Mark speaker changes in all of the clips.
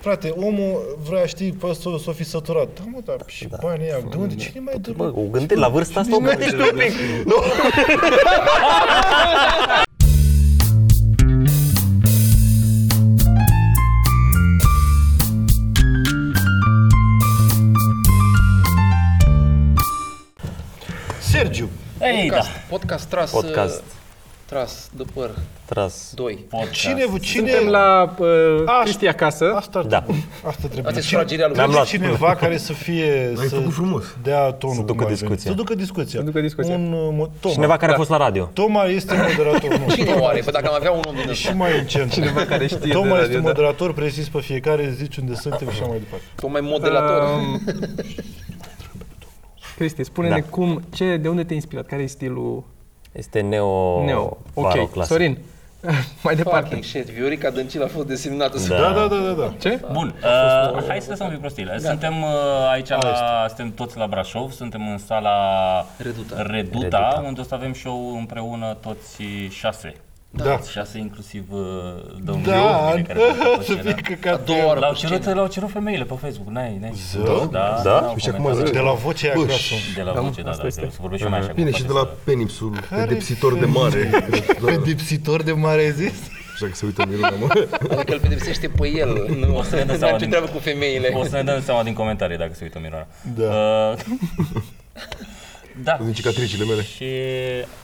Speaker 1: Frate, omul vrea, știi, pe s-o, s-o fi săturat. Da, mă, dar și da. banii ăia, de unde, cine mai dă?
Speaker 2: Bă, o gândești la vârsta asta, o gândești un pic. Nu?
Speaker 1: Sergiu!
Speaker 3: Ei, da.
Speaker 4: Podcast, podcast tras,
Speaker 2: Podcast.
Speaker 4: podcast. tras de păr
Speaker 2: Tras.
Speaker 4: 2.
Speaker 1: Cine, vă- cine...
Speaker 3: Suntem la uh,
Speaker 1: Aș-
Speaker 3: Cristi acasă.
Speaker 1: Asta,
Speaker 2: Da.
Speaker 1: asta trebuie.
Speaker 4: Asta e
Speaker 1: Cine-
Speaker 4: sfrageria lui.
Speaker 2: Mi-am luat.
Speaker 1: Cineva care să fie... Ai să făcut frumos. Dea tonul.
Speaker 2: Să ducă
Speaker 1: cum ar veni.
Speaker 2: discuția.
Speaker 1: Să ducă discuția. Să
Speaker 3: ducă discuția.
Speaker 1: Un, uh, mo- Toma.
Speaker 2: Cineva care a fost la radio.
Speaker 1: Toma este moderator nostru.
Speaker 4: Cine oare? Păi dacă am avea un om din
Speaker 1: Și
Speaker 4: ăsta.
Speaker 1: mai încet.
Speaker 3: Cineva care știe de
Speaker 1: Toma este
Speaker 3: radio, da.
Speaker 1: moderator precis pe fiecare, zici unde suntem și așa mai departe.
Speaker 4: Tu mai modelator.
Speaker 3: Um, Cristi, spune-ne
Speaker 2: Da.
Speaker 3: cum, ce, de unde te-ai inspirat? Care e stilul
Speaker 2: Este neo...
Speaker 3: Neo?
Speaker 2: baroclasic.
Speaker 3: Ok, Sorin, mai departe.
Speaker 4: Fucking shit, Viorica Dăncilă a fost desemnată să...
Speaker 2: Da.
Speaker 1: Da, da, da, da. da.
Speaker 3: Ce?
Speaker 5: Bun, uh, hai să lăsăm un pic prostiile. Suntem uh, aici, la, suntem toți la Brașov, suntem în sala
Speaker 4: Reduta.
Speaker 5: Reduta,
Speaker 2: Reduta.
Speaker 5: unde o să avem show împreună toți șase.
Speaker 1: Da.
Speaker 5: Toți Șase inclusiv uh, domnul
Speaker 1: Da,
Speaker 5: Ion, care a
Speaker 1: să
Speaker 5: făcut scena.
Speaker 1: fie
Speaker 2: da.
Speaker 1: căcat.
Speaker 4: Doua oară
Speaker 5: L-au
Speaker 4: pe
Speaker 5: cerut,
Speaker 4: scenă.
Speaker 5: l-au cerut femeile pe Facebook, n-ai, n-ai. știut.
Speaker 1: Da?
Speaker 5: Da,
Speaker 2: Da?
Speaker 5: n-au
Speaker 6: Și acum
Speaker 5: comentat.
Speaker 6: zice-
Speaker 1: De la vocea aia acasă.
Speaker 5: de la voce, da, da, da, să vorbești și mai așa.
Speaker 6: Bine,
Speaker 5: cum
Speaker 6: și de
Speaker 5: poate
Speaker 6: la Penipsul, pedepsitor
Speaker 1: Care
Speaker 6: de mare.
Speaker 1: Pedepsitor de mare ai zis?
Speaker 6: Așa că se uită Miruna, mă.
Speaker 4: Adică îl pedepsește pe el. Nu o să
Speaker 5: ne
Speaker 4: ne
Speaker 5: dau
Speaker 4: dăm ce
Speaker 5: din-
Speaker 4: treabă cu femeile.
Speaker 5: O să ne dăm seama din comentarii dacă se uită Mirona.
Speaker 1: Da.
Speaker 5: Uh, da.
Speaker 6: Din cicatricile mele.
Speaker 5: Și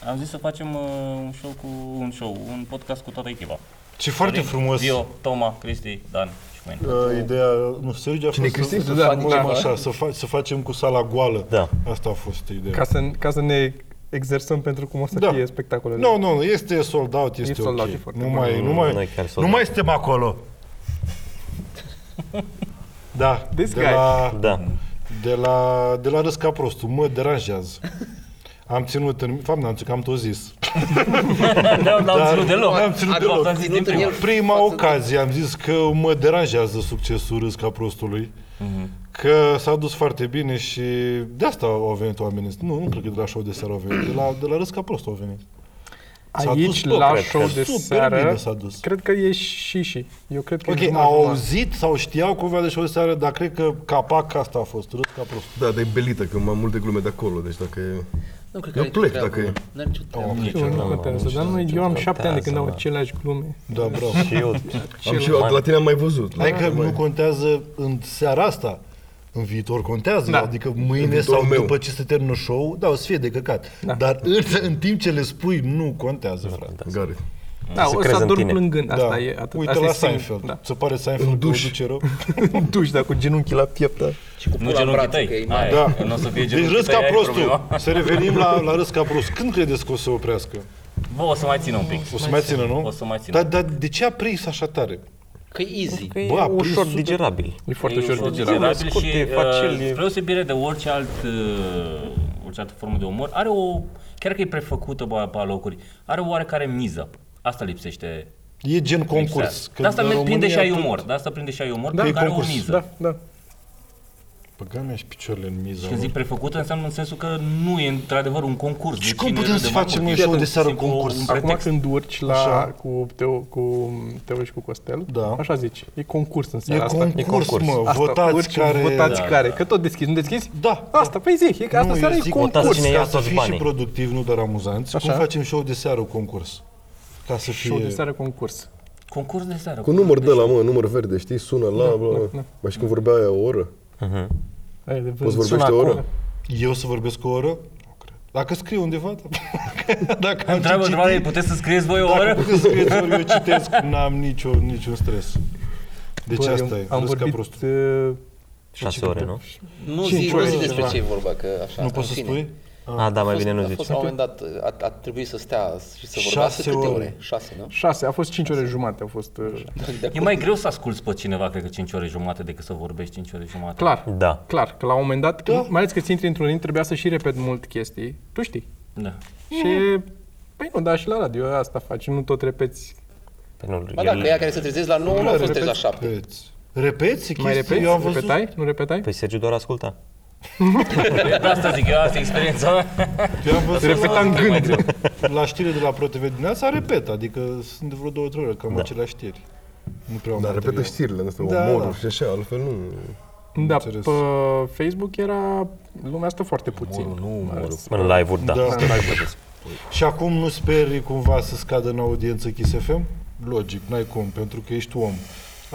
Speaker 5: am zis să facem uh, un show cu un show, un podcast cu toată echipa.
Speaker 1: Ce foarte
Speaker 5: Sorin,
Speaker 1: frumos.
Speaker 5: Vio, Toma, Cristi, Dan și cu mine.
Speaker 1: Uh, ideea, nu, Sergiu a
Speaker 6: Cine
Speaker 1: fost
Speaker 6: Cristi?
Speaker 1: să,
Speaker 3: Da,
Speaker 1: da, da,
Speaker 3: da.
Speaker 1: așa, să, fa- să facem cu sala goală.
Speaker 2: Da.
Speaker 1: Asta a fost ideea.
Speaker 3: Ca să, ca să ne exersăm pentru cum o să
Speaker 1: Da.
Speaker 3: fie spectacolele.
Speaker 1: Nu, nu, nu, este sold out, este,
Speaker 3: E sold out,
Speaker 1: ok.
Speaker 3: e foarte
Speaker 1: nu
Speaker 3: bun.
Speaker 1: mai, nu
Speaker 2: Noi
Speaker 1: mai,
Speaker 2: chiar sold
Speaker 1: nu
Speaker 2: out.
Speaker 1: mai suntem acolo. Da,
Speaker 3: This
Speaker 1: de
Speaker 3: guy.
Speaker 1: la,
Speaker 2: Da.
Speaker 1: de la, de la râs ca prostul, mă deranjează. Am ținut în... Fapt, n-am ținut, că am tot zis.
Speaker 5: Nu l-am ținut deloc.
Speaker 1: N-am ținut
Speaker 5: Acum
Speaker 1: deloc. Păi,
Speaker 5: am zis din
Speaker 4: Ținut în
Speaker 5: prima.
Speaker 4: el.
Speaker 1: Prima
Speaker 4: Față de-
Speaker 1: ocazie am zis că mă deranjează succesul râs ca prostului. Că s-a dus foarte bine și de asta au venit oamenii. Nu, nu cred că de la show de seară au venit. De la, de la râs ca prost au venit. S-a dus
Speaker 3: Aici,
Speaker 1: tot,
Speaker 3: la
Speaker 1: cred că.
Speaker 3: show de
Speaker 1: Super
Speaker 3: seară,
Speaker 1: bine s-a dus.
Speaker 3: cred că e și și. Eu cred că e
Speaker 1: Ok,
Speaker 3: numai
Speaker 1: au
Speaker 3: acum.
Speaker 1: auzit sau știau cumva de show de seară, dar cred că capac asta a fost. Râs ca prost.
Speaker 6: Da, dar e belită, că am multe glume de acolo, deci dacă e...
Speaker 4: Nu cred
Speaker 6: Eu
Speaker 4: are
Speaker 6: plec
Speaker 4: nicio treabă,
Speaker 6: dacă e.
Speaker 4: mă. N-are nicio treabă.
Speaker 3: Eu nu contează, dar noi, eu am șapte ani de când au aceleași glume.
Speaker 1: Da, bravo.
Speaker 2: Și eu.
Speaker 6: Am și eu, la tine am mai văzut.
Speaker 1: Hai că nu contează în seara asta. În viitor contează, da.
Speaker 3: Da.
Speaker 1: adică mâine
Speaker 6: viitorul
Speaker 1: sau meu.
Speaker 6: meu.
Speaker 1: după ce se termină show, da, o să fie de căcat. Da. Dar în, în timp ce le spui, nu contează, frate.
Speaker 6: Gare.
Speaker 3: Da,
Speaker 2: Se
Speaker 3: o să
Speaker 2: crezi în
Speaker 3: adorm
Speaker 2: tine.
Speaker 3: plângând, asta
Speaker 1: da.
Speaker 3: e atât.
Speaker 1: Uite
Speaker 3: asta
Speaker 1: la
Speaker 3: e singur-
Speaker 1: Seinfeld.
Speaker 3: Da.
Speaker 1: Da. Se pare Seinfeld
Speaker 6: În
Speaker 1: că o
Speaker 6: duș.
Speaker 1: duce rău.
Speaker 5: Deci
Speaker 3: În duș, dar cu genunchii la piept, da.
Speaker 4: Și cu
Speaker 5: Nu
Speaker 4: pula în
Speaker 5: genunchii
Speaker 4: braț,
Speaker 5: tăi.
Speaker 4: că e
Speaker 5: Aia
Speaker 4: mai...
Speaker 5: e.
Speaker 1: Da.
Speaker 5: Nu o să fie
Speaker 1: Deci
Speaker 5: genunchii
Speaker 1: râs
Speaker 5: tăi,
Speaker 1: ca
Speaker 5: aia e
Speaker 1: prostul.
Speaker 5: problema.
Speaker 1: Să revenim la, la râs ca prost. Când credeți că o să oprească?
Speaker 5: Bă, o să mai țin un pic.
Speaker 1: O să mai țină, nu? Da.
Speaker 5: O să mai țină.
Speaker 1: Dar, dar de ce a prins așa tare?
Speaker 4: Că e easy.
Speaker 2: Că Păi e
Speaker 1: Bă, a prins
Speaker 2: ușor
Speaker 1: super-
Speaker 2: digerabil.
Speaker 3: E foarte
Speaker 5: E
Speaker 3: ușor
Speaker 5: ușor
Speaker 3: de
Speaker 2: digerabil.
Speaker 3: gelat.
Speaker 5: digerabil
Speaker 2: scurt,
Speaker 5: și,
Speaker 2: e facil,
Speaker 5: uh,
Speaker 2: e-
Speaker 5: spre deosebire de orice alt, uh, orice altă formă de umor, are o, chiar că e prefăcută pe, pe locuri, are o oarecare miză. Asta lipsește
Speaker 1: E gen concurs.
Speaker 5: Exact.
Speaker 1: că
Speaker 5: De asta
Speaker 1: în
Speaker 5: mi prinde
Speaker 1: România
Speaker 5: și ai
Speaker 1: tot-
Speaker 5: umor. De asta prinde și ai umor,
Speaker 1: e
Speaker 5: dar care o
Speaker 1: concurs.
Speaker 5: miză.
Speaker 3: Da, da.
Speaker 1: Băga mea și picioarele în miză.
Speaker 5: Când
Speaker 1: mă.
Speaker 5: zic prefăcută, înseamnă în sensul că nu e într-adevăr un concurs.
Speaker 1: Și
Speaker 5: Deci
Speaker 1: cum
Speaker 5: cine
Speaker 1: putem
Speaker 5: râde
Speaker 1: să
Speaker 5: mai
Speaker 1: facem
Speaker 5: mult?
Speaker 1: un show
Speaker 5: E
Speaker 1: de seară
Speaker 5: simplu
Speaker 1: concurs?
Speaker 5: un
Speaker 3: Acum
Speaker 5: pretext.
Speaker 3: când urci la,
Speaker 1: Așa.
Speaker 3: cu, Teo, cu Teo și cu Costel,
Speaker 1: Da.
Speaker 3: așa zici, e concurs în
Speaker 1: E
Speaker 3: seara asta.
Speaker 1: concurs, mă.
Speaker 3: Asta,
Speaker 1: votați
Speaker 3: urci,
Speaker 1: care...
Speaker 5: Da.
Speaker 3: Votați care, că tot deschizi, nu deschizi?
Speaker 1: Da.
Speaker 3: Asta, păi zi, e că asta
Speaker 1: Nu,
Speaker 3: seara
Speaker 1: eu
Speaker 3: e
Speaker 1: zic,
Speaker 3: concurs.
Speaker 2: votați cine
Speaker 1: ca
Speaker 2: ia
Speaker 1: să
Speaker 2: toți
Speaker 1: fii și
Speaker 2: banii.
Speaker 1: productiv, nu doar amuzanți, Așa?
Speaker 3: Așa.
Speaker 1: cum facem show de seară concurs. Ca să fie...
Speaker 3: Show de seară concurs.
Speaker 5: Concurs de seară.
Speaker 6: Cu număr de la, mă, număr verde, știi? Sună la,
Speaker 3: da,
Speaker 6: bla,
Speaker 3: da.
Speaker 6: bla. Mai și când vorbea aia o oră?
Speaker 3: Hai, de- Păi,
Speaker 6: Poți vorbește
Speaker 3: sună
Speaker 6: o oră?
Speaker 3: acum.
Speaker 1: Eu să vorbesc o oră? Nu cred. Dacă scriu undeva, da. dacă am
Speaker 5: Întreabă
Speaker 1: ce
Speaker 5: întrebarea,
Speaker 1: citi,
Speaker 5: puteți să scrieți voi o
Speaker 1: dacă
Speaker 5: oră?
Speaker 1: puteți să scrieți ori, eu citesc, n-am nicio, niciun stres. Deci
Speaker 3: Bă,
Speaker 1: asta
Speaker 3: eu
Speaker 1: e,
Speaker 3: Am
Speaker 1: râs ca
Speaker 3: vorbit...
Speaker 1: prostul.
Speaker 3: uh,
Speaker 2: 6 ore, nu?
Speaker 4: Nu
Speaker 3: Cinci
Speaker 4: zi, nu
Speaker 3: ore
Speaker 4: zi
Speaker 3: ceva.
Speaker 4: despre ce e vorba, că așa...
Speaker 1: Nu
Speaker 4: în
Speaker 1: poți să
Speaker 4: fine.
Speaker 1: spui?
Speaker 2: A, da, mai
Speaker 4: A
Speaker 2: bine nu
Speaker 4: fost-
Speaker 2: zici.
Speaker 4: A fost la un moment dat, a, a trebuit să stea și să
Speaker 1: Șase
Speaker 4: vorbească câte
Speaker 1: ore.
Speaker 4: ore? Șase, nu?
Speaker 3: Șase, a fost 5 ore jumate, au fost... uh,
Speaker 5: E mai greu să asculți pe cineva, cred că 5 ore jumate, decât să vorbești 5 ore jumate.
Speaker 3: Clar,
Speaker 2: Da.
Speaker 3: clar, că la un moment dat,
Speaker 1: Da.
Speaker 3: mai ales că ți intri într-un ring, trebuia să și repet mult chestii, tu știi.
Speaker 5: Da.
Speaker 3: Și, păi nu, dar și la radio asta faci, nu tot repeți.
Speaker 2: Păi nu,
Speaker 4: Ba da,
Speaker 2: el-
Speaker 4: că ea care se trezește la 9 nu a fost trezit la 7.
Speaker 1: Repeți. Repeți
Speaker 3: Mai
Speaker 1: chestii?
Speaker 3: repeți?
Speaker 1: Eu am văzut...
Speaker 3: Repetai? Nu repetai?
Speaker 2: Păi Sergiu doar asculta.
Speaker 5: De asta zic eu, asta e experiența mea.
Speaker 1: Păi, Eu am văzut
Speaker 3: Repetam
Speaker 1: la,
Speaker 3: gând.
Speaker 1: la știri de la ProTV dimineața, repet, adică sunt de vreo două, trei ore, cam da. aceleași știri. Nu prea am
Speaker 6: Dar repetă
Speaker 1: material.
Speaker 6: știrile astea,
Speaker 1: Da,
Speaker 6: da,
Speaker 1: da.
Speaker 6: omoruri și așa, altfel nu...
Speaker 3: Da, pe
Speaker 1: Înțeles.
Speaker 3: Facebook era lumea asta foarte puțin.
Speaker 6: nu omorul.
Speaker 2: În live-uri, da.
Speaker 1: Da.
Speaker 2: Sunt live-uri.
Speaker 1: Și acum nu speri cumva să scadă în audiență Kiss FM? Logic, n-ai cum, pentru că ești om.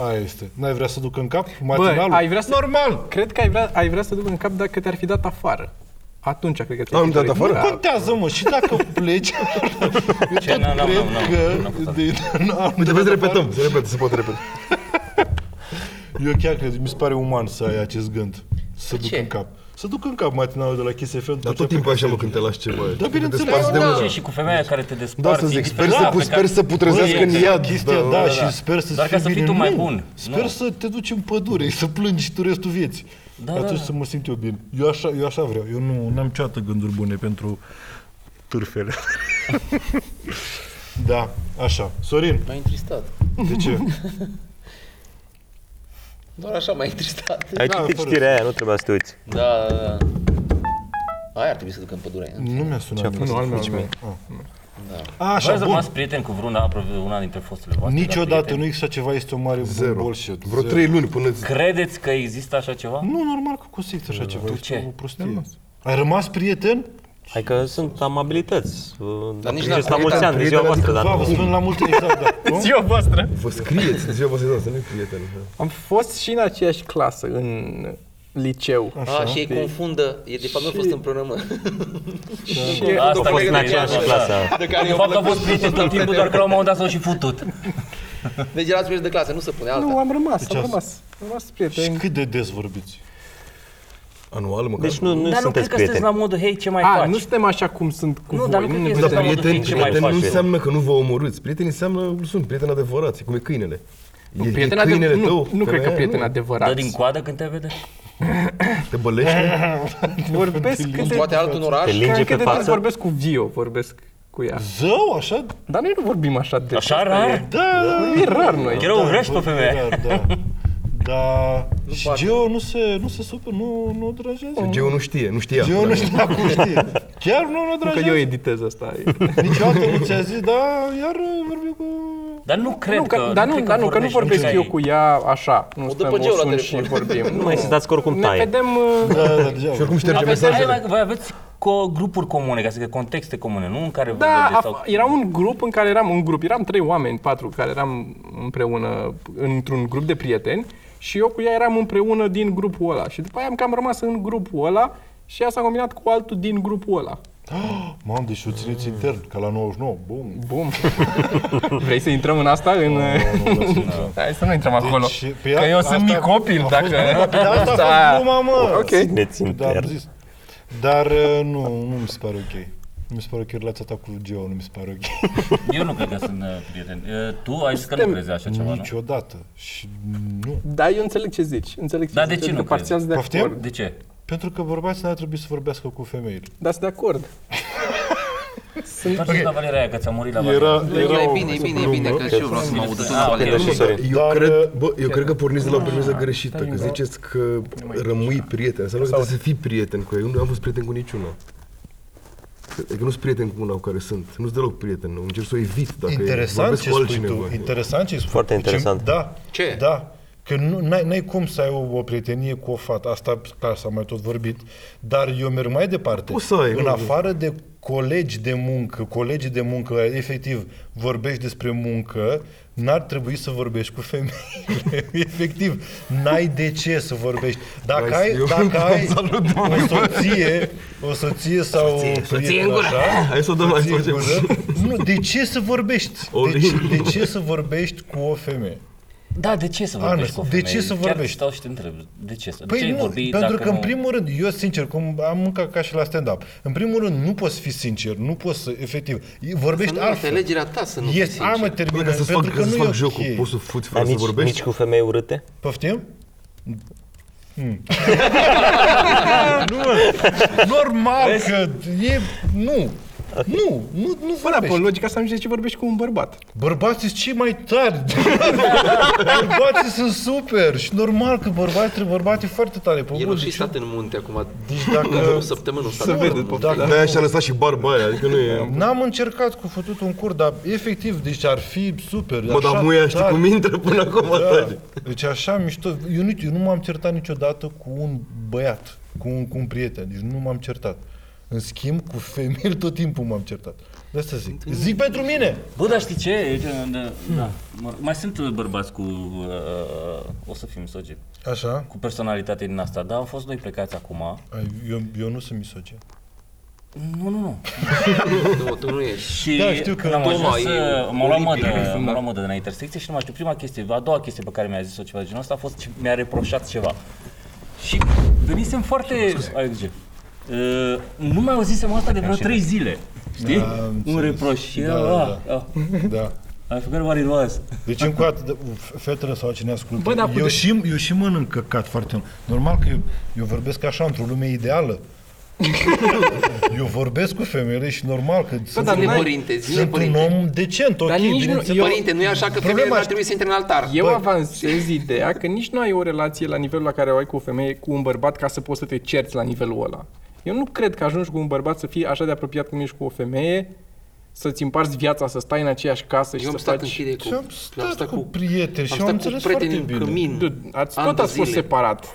Speaker 1: Aia este. N-ai vrea să duc în cap matinalul?
Speaker 3: ai vrea să-
Speaker 1: Normal!
Speaker 3: Cred că ai vrea, ai vrea să duc în cap dacă te-ar fi dat afară. Atunci cred că te-ai
Speaker 6: Am
Speaker 3: fi
Speaker 6: dat
Speaker 3: dorit.
Speaker 6: afară?
Speaker 3: Da.
Speaker 1: Contează, mă, și dacă pleci,
Speaker 5: Ce? Nu, nu,
Speaker 1: cred
Speaker 5: nu, nu, nu,
Speaker 1: că...
Speaker 5: nu, nu.
Speaker 1: de- nu am-
Speaker 6: Uite, vezi, repetăm, se repetă, se poate repeta.
Speaker 1: Eu chiar cred, mi se pare uman să ai acest gând. Să duc
Speaker 4: ce?
Speaker 1: în cap. Să duc în cap matinalul de la Kiss FM.
Speaker 6: Dar tot timpul e așa, mă, când te lași ceva.
Speaker 1: Da, bineînțeles.
Speaker 6: Desparți de
Speaker 1: Da,
Speaker 6: mână.
Speaker 5: Ce și cu femeia care te
Speaker 6: Da,
Speaker 5: desparte.
Speaker 6: să
Speaker 5: e
Speaker 6: zic, sper
Speaker 5: diferit,
Speaker 6: să,
Speaker 5: da,
Speaker 6: pu-
Speaker 5: pe
Speaker 6: sper
Speaker 5: care-
Speaker 6: să putrezească
Speaker 5: Băi,
Speaker 6: în iad.
Speaker 1: Chestia, da,
Speaker 5: da, da.
Speaker 1: și sper să
Speaker 5: Doar ca să fii tu
Speaker 1: bine.
Speaker 5: mai
Speaker 1: Nu,
Speaker 5: bun.
Speaker 1: Sper
Speaker 5: Nu.
Speaker 1: să te duci în pădure, să plângi tu restul vieții. Da,
Speaker 5: Da, da,
Speaker 1: Atunci
Speaker 5: da.
Speaker 1: să mă simt eu bine. Eu așa, eu așa vreau. Eu nu am niciodată gânduri bune pentru târfele. da, așa. Sorin,
Speaker 4: M-ai întristat.
Speaker 1: de ce?
Speaker 4: Doar așa m-ai întristat.
Speaker 2: Ai
Speaker 1: Da,
Speaker 2: citit
Speaker 1: fără
Speaker 2: știrea aia, nu trebuia să te uiți.
Speaker 4: Da, da, da. Aia ar trebui să duc în pădure.
Speaker 1: Nu mi-a sunat. Ah,
Speaker 3: Nu, al meu, al
Speaker 2: Nici
Speaker 3: meu.
Speaker 2: mie.
Speaker 1: Așa,
Speaker 5: Vreau să
Speaker 1: bun.
Speaker 5: rămas prieten cu vreuna, aproape una dintre fostele voastre. dar
Speaker 1: Niciodată
Speaker 5: prieteni.
Speaker 1: nu există ceva, este o mare
Speaker 6: Zero.
Speaker 1: bullshit.
Speaker 6: Vreo
Speaker 1: Zero.
Speaker 6: trei luni până îți...
Speaker 5: Credeți că există așa ceva?
Speaker 1: Nu, normal că cosiți așa ceva. este
Speaker 5: ce?
Speaker 1: O prostie. Ai rămas prieten?
Speaker 2: Hai că sunt amabilități. uh,
Speaker 4: Dar nici
Speaker 2: apreciez
Speaker 4: n-am
Speaker 2: la mulți
Speaker 4: prieten,
Speaker 2: ani, de ziua
Speaker 6: prieten,
Speaker 2: voastră, dar
Speaker 1: Da, vă
Speaker 2: nu.
Speaker 1: spun la multe, exact, da. Nu?
Speaker 3: Ziua voastră!
Speaker 6: Vă scrieți, de ziua vă să nu-i prieteni. da.
Speaker 3: Am fost și în aceeași clasă, în liceu.
Speaker 4: A, și ei confundă. E, de fapt, nu a fost împreună, mă.
Speaker 3: Și
Speaker 5: Asta
Speaker 2: fost
Speaker 5: cred
Speaker 2: în
Speaker 5: că e
Speaker 2: aceeași
Speaker 4: Da.
Speaker 5: așa.
Speaker 2: clasă.
Speaker 4: De care
Speaker 5: De
Speaker 4: eu
Speaker 5: fapt au
Speaker 4: plăcut.
Speaker 5: fost prieteni tot timpul, doar că la un moment dat s-au și futut.
Speaker 4: Deci erați prieteni de clasă, nu se pune alta.
Speaker 7: da.
Speaker 3: nu, am rămas,
Speaker 1: Deci
Speaker 3: am
Speaker 1: asta-
Speaker 3: rămas. Am rămas
Speaker 1: Și
Speaker 3: prieteni.
Speaker 1: cât de des vorbiți?
Speaker 6: Anual, măcar.
Speaker 2: Deci nu, nu
Speaker 5: Dar nu cred
Speaker 2: sunteți
Speaker 5: că sunteți
Speaker 2: prieteni.
Speaker 5: la modul, hei, ce mai
Speaker 3: A,
Speaker 5: faci?
Speaker 3: nu suntem așa cum sunt cu
Speaker 5: Nu,
Speaker 3: voi.
Speaker 5: dar nu cred că
Speaker 3: ne
Speaker 5: este-
Speaker 6: Dar
Speaker 3: vedem.
Speaker 5: Asta mă
Speaker 6: prieteni,
Speaker 5: duc, ce mai
Speaker 6: prieteni
Speaker 2: faci,
Speaker 6: nu
Speaker 2: Edi?
Speaker 6: înseamnă că nu vă omorâți. Prieteni înseamnă, nu sunt prieteni adevărați, cum e câinele. E, e
Speaker 3: Prieten adev-
Speaker 6: câinele
Speaker 3: nu,
Speaker 6: tău,
Speaker 3: nu cred că
Speaker 6: femeia,
Speaker 3: prieten
Speaker 5: Dă
Speaker 3: adevărat.
Speaker 5: din coadă când te vede?
Speaker 6: Te bălește?
Speaker 3: Vorbesc cât de...
Speaker 4: Poate altul în oraș.
Speaker 2: Te
Speaker 3: Cam
Speaker 2: linge
Speaker 3: cât
Speaker 2: pe
Speaker 3: de des
Speaker 2: față.
Speaker 3: vorbesc cu Vio, vorbesc cu ea.
Speaker 1: Zău, așa?
Speaker 3: Dar noi nu vorbim așa de
Speaker 5: Așa rar?
Speaker 1: Da, da.
Speaker 3: E rar noi.
Speaker 5: Chiar o urăști pe
Speaker 1: bă,
Speaker 5: femeie.
Speaker 1: chiar, Da, da. și
Speaker 4: bate.
Speaker 1: Geo nu se, nu se supă, nu, nu o deranjează.
Speaker 6: Geo nu știe, nu știa. Da.
Speaker 1: Geo nu știa cum știe. Chiar nu, nu o
Speaker 3: Că eu
Speaker 1: deranjează.
Speaker 3: editez asta.
Speaker 1: Niciodată nu ți-a zis, da, iar uh, vorbim cu...
Speaker 5: Dar nu cred
Speaker 3: nu,
Speaker 5: că...
Speaker 3: că, dar nu,
Speaker 5: cred
Speaker 3: dar nu, că nu
Speaker 5: vorbești
Speaker 3: vorbesc eu
Speaker 5: nici
Speaker 3: cu ea așa. Nu
Speaker 4: dă
Speaker 3: stăm,
Speaker 4: pe
Speaker 3: o
Speaker 4: geu la
Speaker 3: sun și
Speaker 4: telefon.
Speaker 3: vorbim.
Speaker 2: Nu mai stați că oricum
Speaker 3: Ne
Speaker 2: taie.
Speaker 3: vedem...
Speaker 1: Da,
Speaker 3: uh,
Speaker 1: da, deja.
Speaker 6: Și oricum șterge
Speaker 5: Aveți, hai,
Speaker 6: mesajele.
Speaker 5: mai- voi aveți co grupuri comune, ca să zic, contexte comune, nu în care vă
Speaker 3: Da,
Speaker 5: mergeți
Speaker 3: a,
Speaker 5: sau...
Speaker 3: era un grup în care eram, un grup, eram trei oameni, patru, care eram împreună într-un grup de prieteni și eu cu ea eram împreună din grupul ăla. Și după aia am cam rămas în grupul ăla și ea s-a combinat cu altul din grupul ăla.
Speaker 1: Mam, deci o țineți intern, ca la 99. Bum.
Speaker 3: Bum. Vrei să intrăm în asta? În...
Speaker 1: Nu, nu, lasă-i, da.
Speaker 3: Hai să nu intrăm acolo.
Speaker 1: Deci, pe
Speaker 3: că
Speaker 1: ea-
Speaker 3: eu sunt
Speaker 1: asta-
Speaker 3: mic copil, dacă...
Speaker 1: Da, asta a fost gluma, mă.
Speaker 3: Ok.
Speaker 2: Ne
Speaker 1: Da, am
Speaker 2: țin
Speaker 1: zis. Dar uh, nu, nu mi se pare ok. Nu mi se pare ok relația ta cu Geo, nu mi se pare ok.
Speaker 5: Eu nu cred că sunt uh, prieteni. Uh, Tu ai zis că nu
Speaker 3: Suntem-
Speaker 5: crezi așa ceva, nu?
Speaker 1: Niciodată. Și nu.
Speaker 3: Da, eu înțeleg ce zici. Înțeleg ce
Speaker 5: Dar
Speaker 3: zici.
Speaker 5: de ce
Speaker 3: adică
Speaker 5: nu
Speaker 3: Parțial sunt de
Speaker 1: crezi?
Speaker 3: acord.
Speaker 1: Poftim?
Speaker 5: De ce?
Speaker 1: Pentru că bărbații n-ar trebui să vorbească cu femeile.
Speaker 3: Dar sunt de acord.
Speaker 5: Doar okay. la Valeria aia, că ți-a murit la Valeria.
Speaker 1: Era, era
Speaker 4: E
Speaker 1: o
Speaker 4: bine, e bine, e bine, că și eu vreau să mă audă tot
Speaker 5: Ah,
Speaker 4: la
Speaker 5: ok.
Speaker 4: Valeria.
Speaker 2: și Sorin.
Speaker 6: Eu
Speaker 1: Dar, uh, Da.
Speaker 6: cred, bă, eu cred că porniți de la o premiză greșită, că ziceți că rămâi prieten, înseamnă că trebuie să fii prieten cu ei. Eu nu am fost prieten cu niciuna. Adică nu sunt prieten cu una cu care sunt. Nu sunt deloc prieten. Încerc să o evit dacă
Speaker 1: interesant
Speaker 6: vorbesc
Speaker 1: ce
Speaker 6: cu
Speaker 1: spui
Speaker 6: altcineva.
Speaker 1: tu. Interesant ce spui.
Speaker 2: Foarte
Speaker 1: Deci,
Speaker 2: interesant.
Speaker 1: Da.
Speaker 4: Ce?
Speaker 1: Da. Că nu n-ai, n-ai cum să ai o, o prietenie cu o fată. Asta, clar, s-a mai tot vorbit. Dar eu merg mai departe.
Speaker 6: Poți să ai,
Speaker 1: În
Speaker 6: nu?
Speaker 1: afară de colegi de muncă, colegi de muncă, efectiv, vorbești despre muncă, n-ar trebui să vorbești cu femeile. efectiv, n-ai de ce să vorbești. Dacă
Speaker 6: Vai,
Speaker 1: ai,
Speaker 6: eu
Speaker 1: dacă ai
Speaker 6: salut,
Speaker 1: o soție, o soție sau o prietenă așa,
Speaker 6: Hai să o dăm la
Speaker 1: Ție în
Speaker 6: întoarcem.
Speaker 1: gură? Nu, de ce să vorbești?
Speaker 6: All
Speaker 1: De ce,
Speaker 6: in.
Speaker 1: de ce să vorbești cu o femeie?
Speaker 5: Da, de ce să
Speaker 1: Ana,
Speaker 5: vorbești cu o
Speaker 1: de
Speaker 5: femeie?
Speaker 1: ce să
Speaker 5: Chiar
Speaker 1: vorbești?
Speaker 5: stau și te întreb. De ce să? de ce
Speaker 1: Păi
Speaker 5: ai
Speaker 1: nu,
Speaker 5: vorbi
Speaker 1: pentru
Speaker 5: dacă
Speaker 1: că în
Speaker 5: nu-
Speaker 1: primul rând, eu sincer, cum am munca ca și la stand-up, în primul rând nu poți fi sincer, nu poți să, efectiv, vorbești
Speaker 4: Nu,
Speaker 1: altfel.
Speaker 4: înțelegerea ta să nu fii
Speaker 1: Yes, am
Speaker 4: sincer.
Speaker 1: termină,
Speaker 6: Bă, ca să-ți fac,
Speaker 1: pentru
Speaker 6: ca
Speaker 1: că
Speaker 6: să-ți
Speaker 1: nu e
Speaker 6: fac
Speaker 1: ok.
Speaker 6: jocul, poți să fuți
Speaker 2: Dar
Speaker 6: fără să
Speaker 2: nici, nici
Speaker 6: vorbești?
Speaker 2: cu femei urâte?
Speaker 1: Poftim? Hmm. Mm. nu, mă. normal că e, nu, Nu, nu, nu
Speaker 3: Bă, da, pe
Speaker 1: vorbești.
Speaker 3: logica asta nu știu de ce vorbești cu un bărbat.
Speaker 1: Bărbații sunt cei mai tari. bărbații sunt super și normal că bărbații, bărbații foarte tare. Pe
Speaker 7: El
Speaker 1: bun,
Speaker 7: a și
Speaker 1: deci,
Speaker 7: stat în munte acum.
Speaker 1: deci
Speaker 7: O
Speaker 1: dacă
Speaker 7: săptămână o
Speaker 3: Să vede,
Speaker 7: săptămână.
Speaker 1: dacă
Speaker 6: Da. De-aia și-a lăsat și barba aia, adică nu e...
Speaker 1: N-am încercat cu fătutul în cur, dar efectiv, deci ar fi super.
Speaker 6: Bă, dar muia știi cum intră până acum,
Speaker 1: da.
Speaker 6: tare.
Speaker 1: Deci așa mișto. Eu nu, eu nu m-am certat niciodată cu un băiat, cu un, cu un prieten. Deci nu m-am certat. În schimb, cu femei tot timpul m-am certat. De asta zic. Zic pentru mine!
Speaker 5: Bă, dar știi ce? E gen de- Da. Mă rog, Mai sunt uh, bărbați cu... uh, O să fim misogin.
Speaker 1: Așa.
Speaker 5: Cu personalitate din asta, dar au fost doi plecați acum.
Speaker 1: Ai, Eu, eu nu sunt misogin.
Speaker 5: Nu, nu, nu.
Speaker 7: Nu, tu nu ești.
Speaker 5: Și
Speaker 1: Da, știu că-
Speaker 5: când am
Speaker 7: Toma,
Speaker 5: ajuns uh,
Speaker 7: e
Speaker 5: să mă luam
Speaker 7: oribil,
Speaker 5: mădă, mă luam mădă de la intersecție și nu mai știu, prima chestie, a doua chestie pe care mi-a zis-o ceva de genul ăsta a fost ce mi-a reproșat ceva. Și venisem foarte... Ai, grijă. Uh, nu mai auzisem asta de vreo trei zile. Știi?
Speaker 1: Da, am
Speaker 5: Un
Speaker 1: înțeles.
Speaker 5: reproș și
Speaker 1: Da,
Speaker 5: eu,
Speaker 1: da,
Speaker 5: ah, ah,
Speaker 1: Da.
Speaker 5: I forgot what it was.
Speaker 1: Deci încă o dată, de- f- fetele sau cine ascultă,
Speaker 3: Bă, dar
Speaker 1: eu,
Speaker 3: puteți-
Speaker 1: și, eu și mănânc căcat foarte mult. Normal că eu, eu vorbesc așa, într-o lume ideală. eu vorbesc cu femeile și normal că sunt,
Speaker 3: dar
Speaker 1: un-
Speaker 7: Zile
Speaker 3: n-ai-
Speaker 7: părinte, zile
Speaker 1: Da, sunt un
Speaker 7: părinte.
Speaker 1: om decent, ok,
Speaker 3: Dar nici nu-
Speaker 1: bineînțeles.
Speaker 3: eu-
Speaker 7: Părinte, nu e așa că
Speaker 1: Problema
Speaker 7: femeile ar
Speaker 1: știi-
Speaker 7: trebui să intre în altar.
Speaker 3: Eu avansez ideea că nici nu ai o relație la nivelul la care o ai cu o femeie, cu un bărbat, ca să poți să te cerți la nivelul ăla. Eu nu cred că ajungi cu un bărbat să fii așa de apropiat cum ești cu o femeie, să-ți împarți viața, să stai în aceeași casă și
Speaker 7: Deci Eu am
Speaker 3: să
Speaker 7: stat în
Speaker 3: faci...
Speaker 7: chide
Speaker 1: Și
Speaker 7: cu...
Speaker 1: am stat cu prieteni și am
Speaker 7: am stat cu
Speaker 1: înțeles
Speaker 7: prieteni
Speaker 1: foarte
Speaker 7: în
Speaker 1: bine.
Speaker 7: cămin.
Speaker 3: Dude, ați,
Speaker 7: ani
Speaker 3: tot
Speaker 7: de
Speaker 3: ați fost
Speaker 7: zile.
Speaker 3: separat.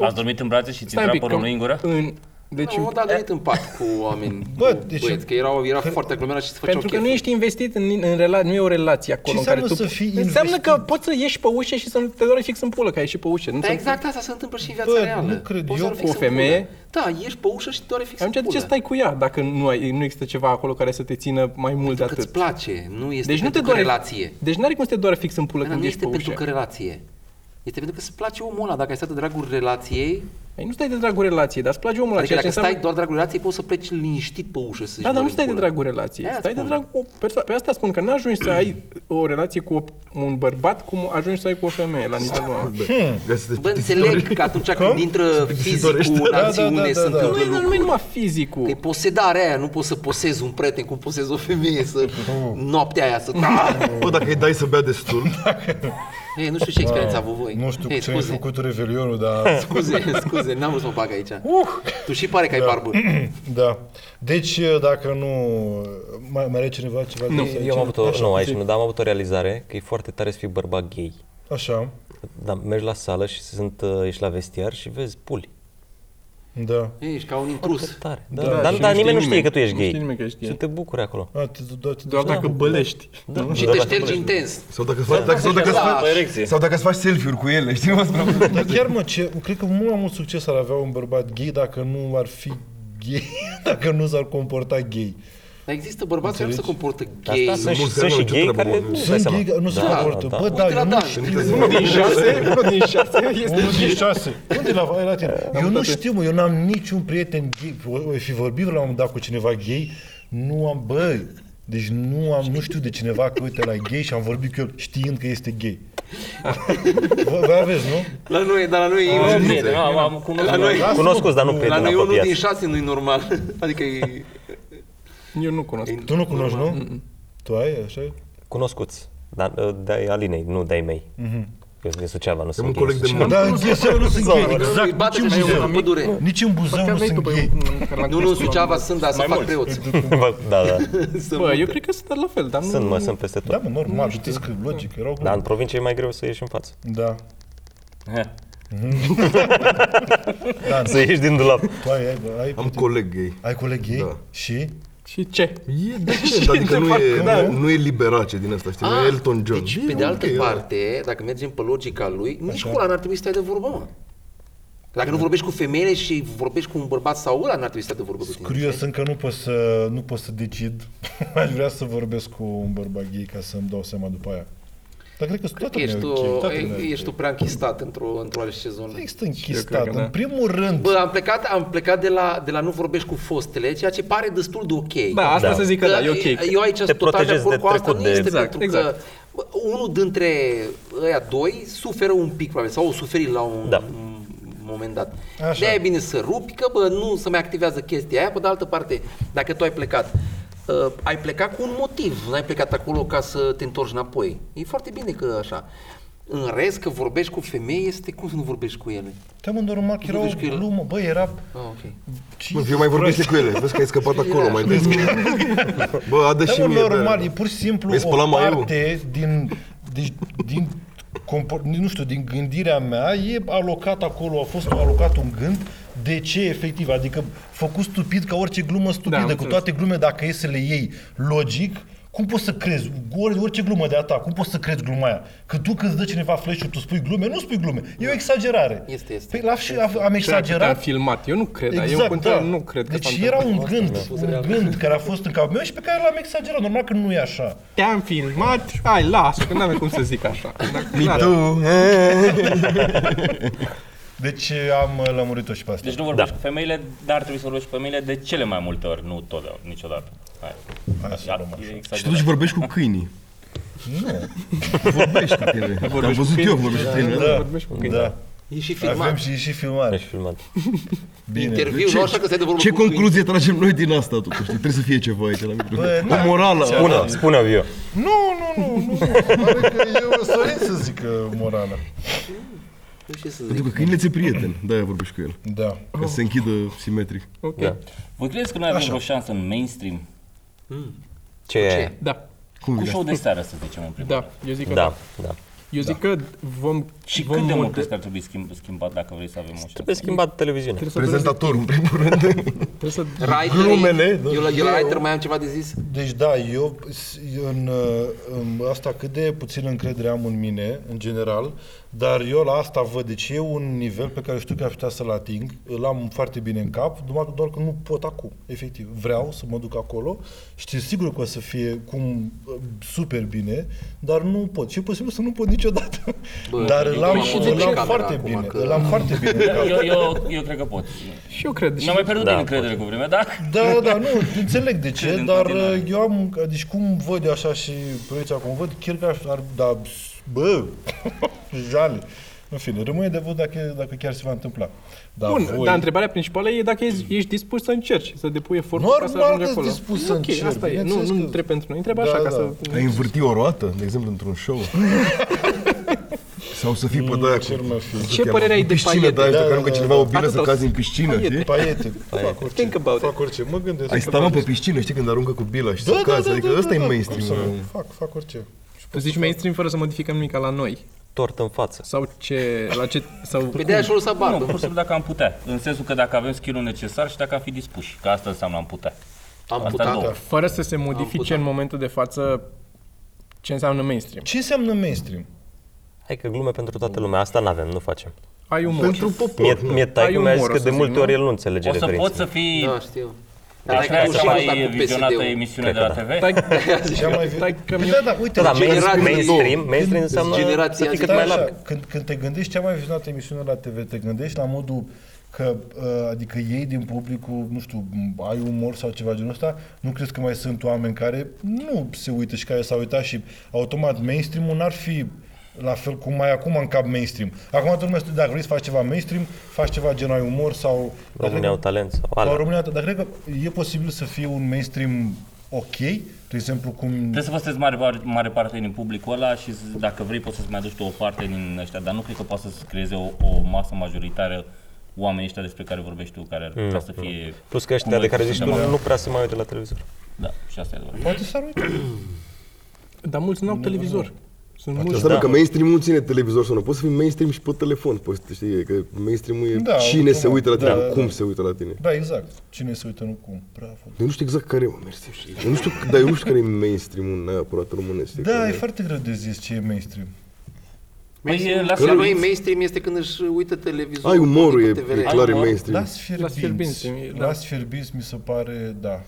Speaker 5: Ați dormit în brațe și ți-a
Speaker 3: Stai un
Speaker 5: intrat
Speaker 3: pic,
Speaker 5: părul în gură?
Speaker 3: că în, deci,
Speaker 7: Nu, dar nu în pat cu oameni,
Speaker 1: Bă,
Speaker 7: cu
Speaker 1: deci-
Speaker 7: băieți, că erau, era foarte aglomerat și se făceau
Speaker 3: pentru că nu
Speaker 7: chef.
Speaker 3: ești investit în, în rela- nu e o relație acolo
Speaker 1: Ce
Speaker 3: în care tu...
Speaker 1: înseamnă să fii
Speaker 3: înseamnă
Speaker 1: investit?
Speaker 3: că poți să ieși pe ușă și să nu te doare fix în pulă, că ai ieșit pe ușă. Nu
Speaker 7: Dar
Speaker 3: te-
Speaker 7: exact asta se întâmplă și în viața
Speaker 1: Bă,
Speaker 7: reală.
Speaker 1: nu cred.
Speaker 7: Poți
Speaker 1: Eu
Speaker 7: să
Speaker 1: cu
Speaker 7: fix
Speaker 3: o
Speaker 7: în pulă.
Speaker 3: femeie-
Speaker 7: Da, ieși pe ușă și doare fix în
Speaker 3: Am
Speaker 7: pulă.
Speaker 3: de ce stai cu ea dacă nu, ai, nu există ceva acolo care să te țină mai mult de
Speaker 7: Că îți
Speaker 3: atât.
Speaker 7: place, nu este
Speaker 3: Deci nu te
Speaker 7: pentru că
Speaker 3: doare
Speaker 7: relație.
Speaker 3: Deci n-are cum să te doare fix în pulă
Speaker 7: Dar
Speaker 3: când
Speaker 7: nu
Speaker 3: ești
Speaker 7: este
Speaker 3: pe
Speaker 7: pentru
Speaker 3: ușă.
Speaker 7: că relație. Este pentru că îți place omul ăla, dacă ai stat de dragul relației,
Speaker 3: Ei, Păi nu stai de dragul relației, dar îți place omul
Speaker 7: adică
Speaker 3: acela.
Speaker 7: dacă
Speaker 3: ce
Speaker 7: stai
Speaker 3: înseamnă-
Speaker 7: doar dragul relației, poți să pleci liniștit pe ușă să
Speaker 3: Da, dar nu stai de dragul relației.
Speaker 7: Aia
Speaker 3: Stai de
Speaker 7: spun.
Speaker 3: dragul cu o persoană. Pe asta spun că nu ajungi să ai o relație cu o- un bărbat cum ajungi să ai cu o femeie la nivelul ăla.
Speaker 6: Ia să te
Speaker 7: Bă, înțeleg că atunci când intră
Speaker 6: dorește.
Speaker 7: fizicul în
Speaker 1: Da, da, da,
Speaker 7: acțiune
Speaker 1: da,
Speaker 7: se
Speaker 1: da.
Speaker 7: întâmplă
Speaker 3: Nu, e- nu e
Speaker 7: lucruri.
Speaker 3: numai
Speaker 7: Că
Speaker 3: fizicul.
Speaker 7: e posedarea aia, nu poți să posezi un prieten cum posezi o femeie, să noaptea aia să...
Speaker 6: Bă, dacă îi dai să bea destul,
Speaker 7: Ei, nu știu ce experiență a avut voi.
Speaker 1: Nu știu
Speaker 7: Ei,
Speaker 1: ce ai
Speaker 7: Eh, scuze,
Speaker 1: făcut revelionul, dar...
Speaker 7: scuze, scuze, n-am vrut să mă bag aici.
Speaker 1: Uh!
Speaker 7: Tu și pare că ai barbă.
Speaker 1: da. Deci, dacă nu... Mai, mai are cineva ceva de zis aici?
Speaker 2: Eu am avut o,
Speaker 1: Așa,
Speaker 2: nu, aici
Speaker 1: zi.
Speaker 2: nu, dar am avut o realizare că e foarte tare să fii bărbat gay.
Speaker 1: Așa,
Speaker 2: Da, mergi la sală și sunt, uh, ești la vestiar și vezi puli.
Speaker 1: da.
Speaker 7: Ești ca un
Speaker 2: Că
Speaker 7: intrus.
Speaker 2: tare. Da,
Speaker 1: Da,
Speaker 2: da,
Speaker 1: și
Speaker 2: dar,
Speaker 1: nu
Speaker 2: dar nimeni nu
Speaker 3: știe
Speaker 2: știe că tu ești
Speaker 3: nu
Speaker 2: gay.
Speaker 3: știe nimeni că ești
Speaker 2: Și
Speaker 3: gay.
Speaker 2: te bucuri acolo.
Speaker 1: A, te, da, te,
Speaker 3: Doar dacă bălești.
Speaker 2: Da.
Speaker 7: Și te ștergi intens.
Speaker 6: sau dacă îți faci,
Speaker 7: Da,
Speaker 6: dacă, sau dacă îți faci, sau dacă îți faci selfie-uri cu ele, știi mă spune?
Speaker 1: Dar chiar mă, ce, cred că mult mai mult succes ar avea un bărbat gay dacă nu ar fi gay, dacă nu s-ar comporta gay.
Speaker 7: Dar există bărbați care nu se
Speaker 1: Înțelegi?
Speaker 7: comportă
Speaker 2: Dar
Speaker 7: gay.
Speaker 2: Asta sunt, și-
Speaker 6: mulți
Speaker 2: sunt și
Speaker 6: oameni ce
Speaker 2: gay
Speaker 6: treabă,
Speaker 2: care
Speaker 6: mă.
Speaker 2: nu
Speaker 1: Sunt gay, nu se
Speaker 2: Da,
Speaker 1: comportă.
Speaker 2: da,
Speaker 1: Bă,
Speaker 2: da.
Speaker 1: dar
Speaker 7: Uite la
Speaker 1: eu nu
Speaker 7: Dan.
Speaker 1: știu.
Speaker 3: Unul din șase, unul din șase este
Speaker 1: Unul din șase. Unde la, ai la tine? Eu nu știu, mă, eu n-am niciun prieten gay. O, o fi vorbit la un moment dat cu cineva gay, nu am, bă, deci nu am, nu știu de cineva că uite la gay și am vorbit cu el știind că este gay. Vă, voi aveți, nu?
Speaker 7: La noi, dar la noi
Speaker 1: Da,
Speaker 7: e
Speaker 5: Am prieten, am, am
Speaker 7: La
Speaker 5: cunoscut.
Speaker 7: noi,
Speaker 2: Cunoscuți, dar nu
Speaker 7: la
Speaker 2: prieteni
Speaker 7: noi unul din
Speaker 2: apropiați.
Speaker 7: șase nu e normal. Adică e...
Speaker 3: Eu nu cunosc.
Speaker 1: Tu nu cunoști, nu? Tu ai, așa?
Speaker 2: Cunoscuți. Dar uh, de-ai Alinei, nu de-ai mei. Eu sunt din Suceava, nu
Speaker 6: Am
Speaker 2: sunt
Speaker 6: un
Speaker 2: din
Speaker 6: coleg de
Speaker 2: Suceava.
Speaker 6: muncă.
Speaker 1: Da, în Suceava nu sunt gay,
Speaker 7: Exact.
Speaker 1: exact,
Speaker 7: Bate
Speaker 1: nici în
Speaker 7: mai
Speaker 1: Buzău.
Speaker 7: în pădure.
Speaker 1: Nici în Buzău nu sunt gay.
Speaker 7: Nu, nu, în Suceava sunt, dar să fac preoți.
Speaker 2: da, da.
Speaker 7: Sunt
Speaker 3: Bă, eu
Speaker 7: multe.
Speaker 3: cred că sunt la fel, dar nu...
Speaker 2: Sunt, mă, sunt peste tot.
Speaker 1: Da, mă, normal, știți că logic, erau
Speaker 2: Dar în provincie e mai greu să ieși în față.
Speaker 1: Da.
Speaker 5: Heh.
Speaker 1: Da,
Speaker 2: Să ieși din dulap.
Speaker 1: tu ai, ai, ai,
Speaker 6: Am coleg gay.
Speaker 1: ai coleg gay?
Speaker 6: Da.
Speaker 1: Și?
Speaker 3: Și ce?
Speaker 6: E decent, adică nu
Speaker 3: da,
Speaker 6: e, nu, nu e liberace din asta, știi, nu e Elton John.
Speaker 7: Deci,
Speaker 6: E
Speaker 7: pe de altă
Speaker 6: ok, da.
Speaker 7: parte, dacă mergem pe logica lui, nici cu ăla n-ar trebui să stai de vorbă, mă. Dacă nu
Speaker 1: Da.
Speaker 7: vorbești cu femeile și vorbești cu un bărbat sau ăla, n-ar trebui să stai de vorbă cu tine.
Speaker 1: Curios încă nu pot să, nu pot să decid. Aș vrea să vorbesc cu un bărbat gay ca să-mi dau seama după aia. Dar cred că
Speaker 7: Cred
Speaker 1: toată
Speaker 7: că
Speaker 1: lumea
Speaker 7: ești
Speaker 1: e da.
Speaker 7: tu,
Speaker 1: ok. Toată lumea
Speaker 7: ești tu prea închistat într-o, într-o altă zonă.
Speaker 1: Există închistat.
Speaker 3: că da.
Speaker 1: În primul rând,
Speaker 7: Bă, am plecat, am plecat de, la, de la nu vorbești cu fostele, ceea ce pare destul de ok.
Speaker 3: Da, asta
Speaker 2: Da.
Speaker 3: să zic că da, e ok.
Speaker 7: Eu aici sunt total de
Speaker 2: protejezi
Speaker 7: acord
Speaker 2: de
Speaker 7: cu asta, nu
Speaker 2: trecut, de-
Speaker 7: este
Speaker 3: Exact,
Speaker 7: pentru că
Speaker 3: exact.
Speaker 7: bă, unul dintre ăia doi suferă un pic, probabil, sau o suferi la un,
Speaker 2: Da.
Speaker 7: un moment dat.
Speaker 1: Așa.
Speaker 7: de e bine să rupi, că bă, nu se mai activează chestia aia, pe de altă parte, dacă tu ai plecat uh, ai plecat cu un motiv, n-ai plecat acolo ca să te întorci înapoi. E foarte bine că așa. În rest, că vorbești cu femei, este cum să nu vorbești cu ele?
Speaker 1: Te mă normal că era o
Speaker 7: Vorbești cu el?
Speaker 1: glumă, băi, era...
Speaker 7: Ah, ok.
Speaker 6: Bă, eu mai vorbește cu ele. Vezi că ai scăpat
Speaker 7: da.
Speaker 6: acolo mai des. Bă, adă și
Speaker 1: Da, mă,
Speaker 6: mie.
Speaker 1: normal, e
Speaker 6: bă.
Speaker 1: pur și simplu
Speaker 6: Vezi,
Speaker 1: o
Speaker 6: spălam maiul?
Speaker 1: parte din, deci, din, compor- nu știu, din gândirea mea e alocat acolo, a fost alocat un gând de ce efectiv, adică făcut stupid ca orice glumă
Speaker 3: Da, am
Speaker 1: stupidă, da, cu
Speaker 3: înțeles.
Speaker 1: toate glume dacă e să le iei logic, cum poți să crezi, Ori- orice glumă de-a ta, cum poți să crezi gluma aia? Că tu când îți dă cineva flash tu spui glume, nu spui glume, e o exagerare.
Speaker 7: Este, este.
Speaker 1: Păi, la, și am- am
Speaker 3: Ce ar putea
Speaker 1: exagerat,
Speaker 3: filmat. Eu nu cred, Păi, dar eu în continuare nu cred că s-a
Speaker 1: Exact, deci era
Speaker 3: întâmplat.
Speaker 1: un gând, un gând care a fost în capul meu și pe care l-am exagerat. Normal că nu e așa.
Speaker 3: Te-am filmat, hai, lasă, că n-avem cum să zic așa. Da. Dar,
Speaker 6: Tu, eh.
Speaker 1: Deci am uh, lămurit-o și pe asta.
Speaker 5: Deci nu vorbești cu femeile, dar trebuie să vorbești cu femeile de cele mai multe ori, nu totdeauna, niciodată. Hai.
Speaker 1: Hai să luăm
Speaker 5: E
Speaker 1: așa.
Speaker 5: exagerat.
Speaker 6: Și tu duci vorbești cu câinii. Nu. Vorbești cu tine. Am
Speaker 3: cu
Speaker 6: văzut
Speaker 3: câinii.
Speaker 6: eu, vorbești cu tine.
Speaker 1: Da,
Speaker 3: vorbești cu câinii.
Speaker 1: da.
Speaker 7: E și
Speaker 1: Avem
Speaker 7: filmat.
Speaker 1: și, și filmare.
Speaker 2: Ești filmat.
Speaker 1: Bine.
Speaker 7: Interviu, nu așa că stai de vorbă
Speaker 6: Ce
Speaker 7: cu câini.
Speaker 6: concluzie tragem noi din asta totuși? Deci Trebuie să fie ceva aici la
Speaker 1: Bă,
Speaker 6: microfon.
Speaker 1: na.
Speaker 6: O morală.
Speaker 2: Spune, spune Vio.
Speaker 1: Nu, nu, nu, nu. Pare că eu sorin să zic uh, morală.
Speaker 7: Nu știu ce să zic.
Speaker 6: Pentru că câinele ți-e prieten. Da, vorbești cu el.
Speaker 1: Da.
Speaker 6: Ca să se închidă simetric.
Speaker 3: ok.
Speaker 2: Da.
Speaker 5: Voi credeți că noi avem o șansă în mainstream?
Speaker 2: Ce e?
Speaker 7: ce?
Speaker 3: Da,
Speaker 6: Cum
Speaker 5: Cu
Speaker 6: vine
Speaker 5: show
Speaker 6: asta?
Speaker 5: de seară, să zicem, în primul
Speaker 3: da,
Speaker 5: rând.
Speaker 3: eu zic că da.
Speaker 2: Da, da.
Speaker 3: Eu zic că vom...
Speaker 5: Și
Speaker 3: vom
Speaker 5: cât de mult
Speaker 3: mode-
Speaker 5: crezi că ar trebui schimb, schimbat dacă vrei să avem o șansă?
Speaker 2: Trebuie schimbat televiziunea.
Speaker 3: Trebuie să,
Speaker 6: Prezentatorul, în primul rând.
Speaker 3: trebuie să
Speaker 7: Writer,
Speaker 6: Glumele, da.
Speaker 7: eu, la, eu la writer mai am ceva de zis?
Speaker 1: Deci da, eu s- în, uh, în asta cât de puțin încredere am în mine, în general, dar eu la asta văd, deci e un nivel pe care știu că aș putea să-l ating, îl am foarte bine în cap, doar, doar că nu pot acum, efectiv. Vreau să mă duc acolo, știu sigur că o să fie cum uh, super bine, dar nu pot. Și e posibil să nu pot niciodată.
Speaker 7: Bă,
Speaker 1: dar
Speaker 7: e
Speaker 1: îl am,
Speaker 7: și de
Speaker 1: îl
Speaker 7: ce
Speaker 1: am
Speaker 7: camera
Speaker 1: foarte
Speaker 7: acum,
Speaker 1: bine,
Speaker 7: că-
Speaker 1: îl am foarte bine în cap.
Speaker 5: Eu, eu, eu cred că pot.
Speaker 3: Și eu cred.
Speaker 5: Mi-am
Speaker 3: Și
Speaker 5: mai pierdut
Speaker 2: Da,
Speaker 5: din încredere cu vremea, dar...
Speaker 1: Da, da, da, nu, înțeleg de ce,
Speaker 5: Cred în
Speaker 1: dar
Speaker 5: continuare.
Speaker 1: eu am, deci cum văd eu așa și proiecția cum văd, chiar că aș- ar, da, bă, jale. În fine, rămâne de văzut dacă, dacă chiar se va întâmpla. Da,
Speaker 3: Bun, dar întrebarea principală e dacă ești, ești dispus să încerci, să depui efortul ca să
Speaker 1: Normal
Speaker 3: ajungi
Speaker 1: că-s
Speaker 3: acolo.
Speaker 1: dispus
Speaker 3: E
Speaker 1: să
Speaker 3: ok,
Speaker 1: încerc,
Speaker 3: asta e. Nu,
Speaker 1: bineînțeles
Speaker 3: nu
Speaker 1: că-
Speaker 3: întreb pentru noi, întreb
Speaker 1: Da,
Speaker 3: așa ca
Speaker 1: da.
Speaker 3: să...
Speaker 6: Ai învârti o roată, de exemplu, într-un show? Sau să fii pe de
Speaker 1: cel Mm, mai fi.
Speaker 3: Ce părere ai de
Speaker 6: piscină de
Speaker 3: paiete?
Speaker 6: aia,
Speaker 1: Da,
Speaker 6: că
Speaker 1: da,
Speaker 6: aruncă
Speaker 1: da,
Speaker 6: cineva
Speaker 3: da.
Speaker 6: o bilă să
Speaker 3: Atâta
Speaker 6: cazi în piscină,
Speaker 3: paiete.
Speaker 6: știi?
Speaker 1: Paiete, fac orice,
Speaker 3: Think about it.
Speaker 1: fac orice, mă gândesc.
Speaker 6: Ai
Speaker 1: că
Speaker 6: sta mă
Speaker 1: fac
Speaker 6: pe
Speaker 1: orice.
Speaker 6: piscină, știi, când aruncă cu bila și să
Speaker 1: da, da,
Speaker 6: cazi,
Speaker 1: da,
Speaker 6: adică
Speaker 1: da,
Speaker 6: ăsta e
Speaker 1: da, cum să
Speaker 6: mainstream.
Speaker 1: nu? Fac, fac orice. Și
Speaker 3: Tu zici mainstream fără să modificăm nimic la noi.
Speaker 2: Tort în față.
Speaker 3: Sau ce... La ce... Sau...
Speaker 7: Păi de-aia și-o lăsat
Speaker 5: Nu,
Speaker 7: barbă.
Speaker 5: pur și simplu dacă am putea. În sensul că dacă avem skill necesar și dacă am fi dispuși. Că asta înseamnă am putea.
Speaker 7: Am da.
Speaker 5: Asta
Speaker 7: putat.
Speaker 5: două.
Speaker 3: Fără să se modifice în momentul de față ce înseamnă mainstream.
Speaker 1: Ce înseamnă mainstream?
Speaker 2: Hai că glume pentru toată lumea. Asta n-avem, nu facem.
Speaker 3: Ai umor.
Speaker 6: Pentru
Speaker 2: Mie,
Speaker 6: popor.
Speaker 2: mie
Speaker 3: Ai
Speaker 2: taică mi-a zis
Speaker 3: umor, o
Speaker 2: că
Speaker 3: să
Speaker 2: de
Speaker 3: zic,
Speaker 2: multe
Speaker 3: nu?
Speaker 2: ori el nu înțelege
Speaker 5: O să
Speaker 2: referințe.
Speaker 5: poți să fii...
Speaker 7: Da, știu.
Speaker 5: Dar
Speaker 7: Dar
Speaker 5: e
Speaker 7: dacă
Speaker 5: cea
Speaker 7: și ăsta
Speaker 5: mai
Speaker 7: cu
Speaker 5: vizionată
Speaker 7: PSD-ul.
Speaker 5: emisiune de
Speaker 2: Cred
Speaker 5: la
Speaker 2: că da.
Speaker 5: TV?
Speaker 3: Stai,
Speaker 1: Și am mai
Speaker 3: Stai că mi-e-
Speaker 1: Păi da, da, uite,
Speaker 2: Da, da,
Speaker 1: ce-
Speaker 2: mainstream,
Speaker 7: generații
Speaker 2: mainstream, mainstream
Speaker 1: Deci
Speaker 2: înseamnă
Speaker 7: generații
Speaker 2: să fii cât
Speaker 1: Stai
Speaker 2: mai
Speaker 1: așa,
Speaker 2: larg.
Speaker 1: Când, când te gândești cea mai vizionată emisiune la TV, te gândești la modul că, uh, adică ei din publicul, nu știu, m, ai umor sau ceva genul ăsta, nu crezi că mai sunt oameni care nu se uită și care s-au uitat și automat mainstream-ul n-ar fi la fel cum mai acum în cap mainstream. Acum toată lumea, știe, dacă vrei să faci ceva mainstream, faci ceva gen ai umor sau...
Speaker 2: România au talent sau
Speaker 1: Sau
Speaker 2: alea.
Speaker 1: România, dar cred că e posibil să fie un mainstream ok, de exemplu cum...
Speaker 5: Trebuie să vă sunteți mare, mare parte din publicul ăla și să- dacă vrei poți să-ți mai aduci tu o parte din ăștia, dar nu cred că poți să-ți creeze o, o masă majoritară oamenii ăștia despre care vorbești tu, care ar putea să fie...
Speaker 2: Plus că
Speaker 5: cum
Speaker 2: ăștia
Speaker 5: noi
Speaker 2: de care zici
Speaker 5: suntem
Speaker 2: tu
Speaker 5: acum.
Speaker 2: nu prea se mai uită la televizor.
Speaker 5: Da, și asta e adevărat.
Speaker 1: Poate s-ar uita.
Speaker 3: Dar mulți nu au televizor. Sunt mulți.
Speaker 6: Asta da. că mainstream nu ține televizor sau nu. Poți să fii mainstream și pe telefon. Poți să știi că mainstream e
Speaker 1: Da,
Speaker 6: da, cine se
Speaker 1: automat.
Speaker 6: uită la tine,
Speaker 1: Da,
Speaker 6: nu
Speaker 1: da.
Speaker 6: cum se uită la tine.
Speaker 1: Da, exact. Cine se uită nu cum. Bravo.
Speaker 6: Eu nu știu exact care e, mă, mersi. Eu nu știu, dar eu nu știu care e mainstream-ul neapărat românesc.
Speaker 1: Da,
Speaker 6: Că-
Speaker 1: e foarte greu de zis ce e mainstream.
Speaker 5: Păi, lasă
Speaker 7: La noi
Speaker 5: lui
Speaker 7: mainstream este când își uită televizorul.
Speaker 6: Ai umorul,
Speaker 7: pe
Speaker 6: e,
Speaker 7: TVR.
Speaker 6: e clar, e
Speaker 5: umor.
Speaker 6: mainstream.
Speaker 1: Las
Speaker 3: Las
Speaker 1: fierbinți.
Speaker 3: fierbinți, mi- da.
Speaker 1: Las fierbinți mi se pare, da.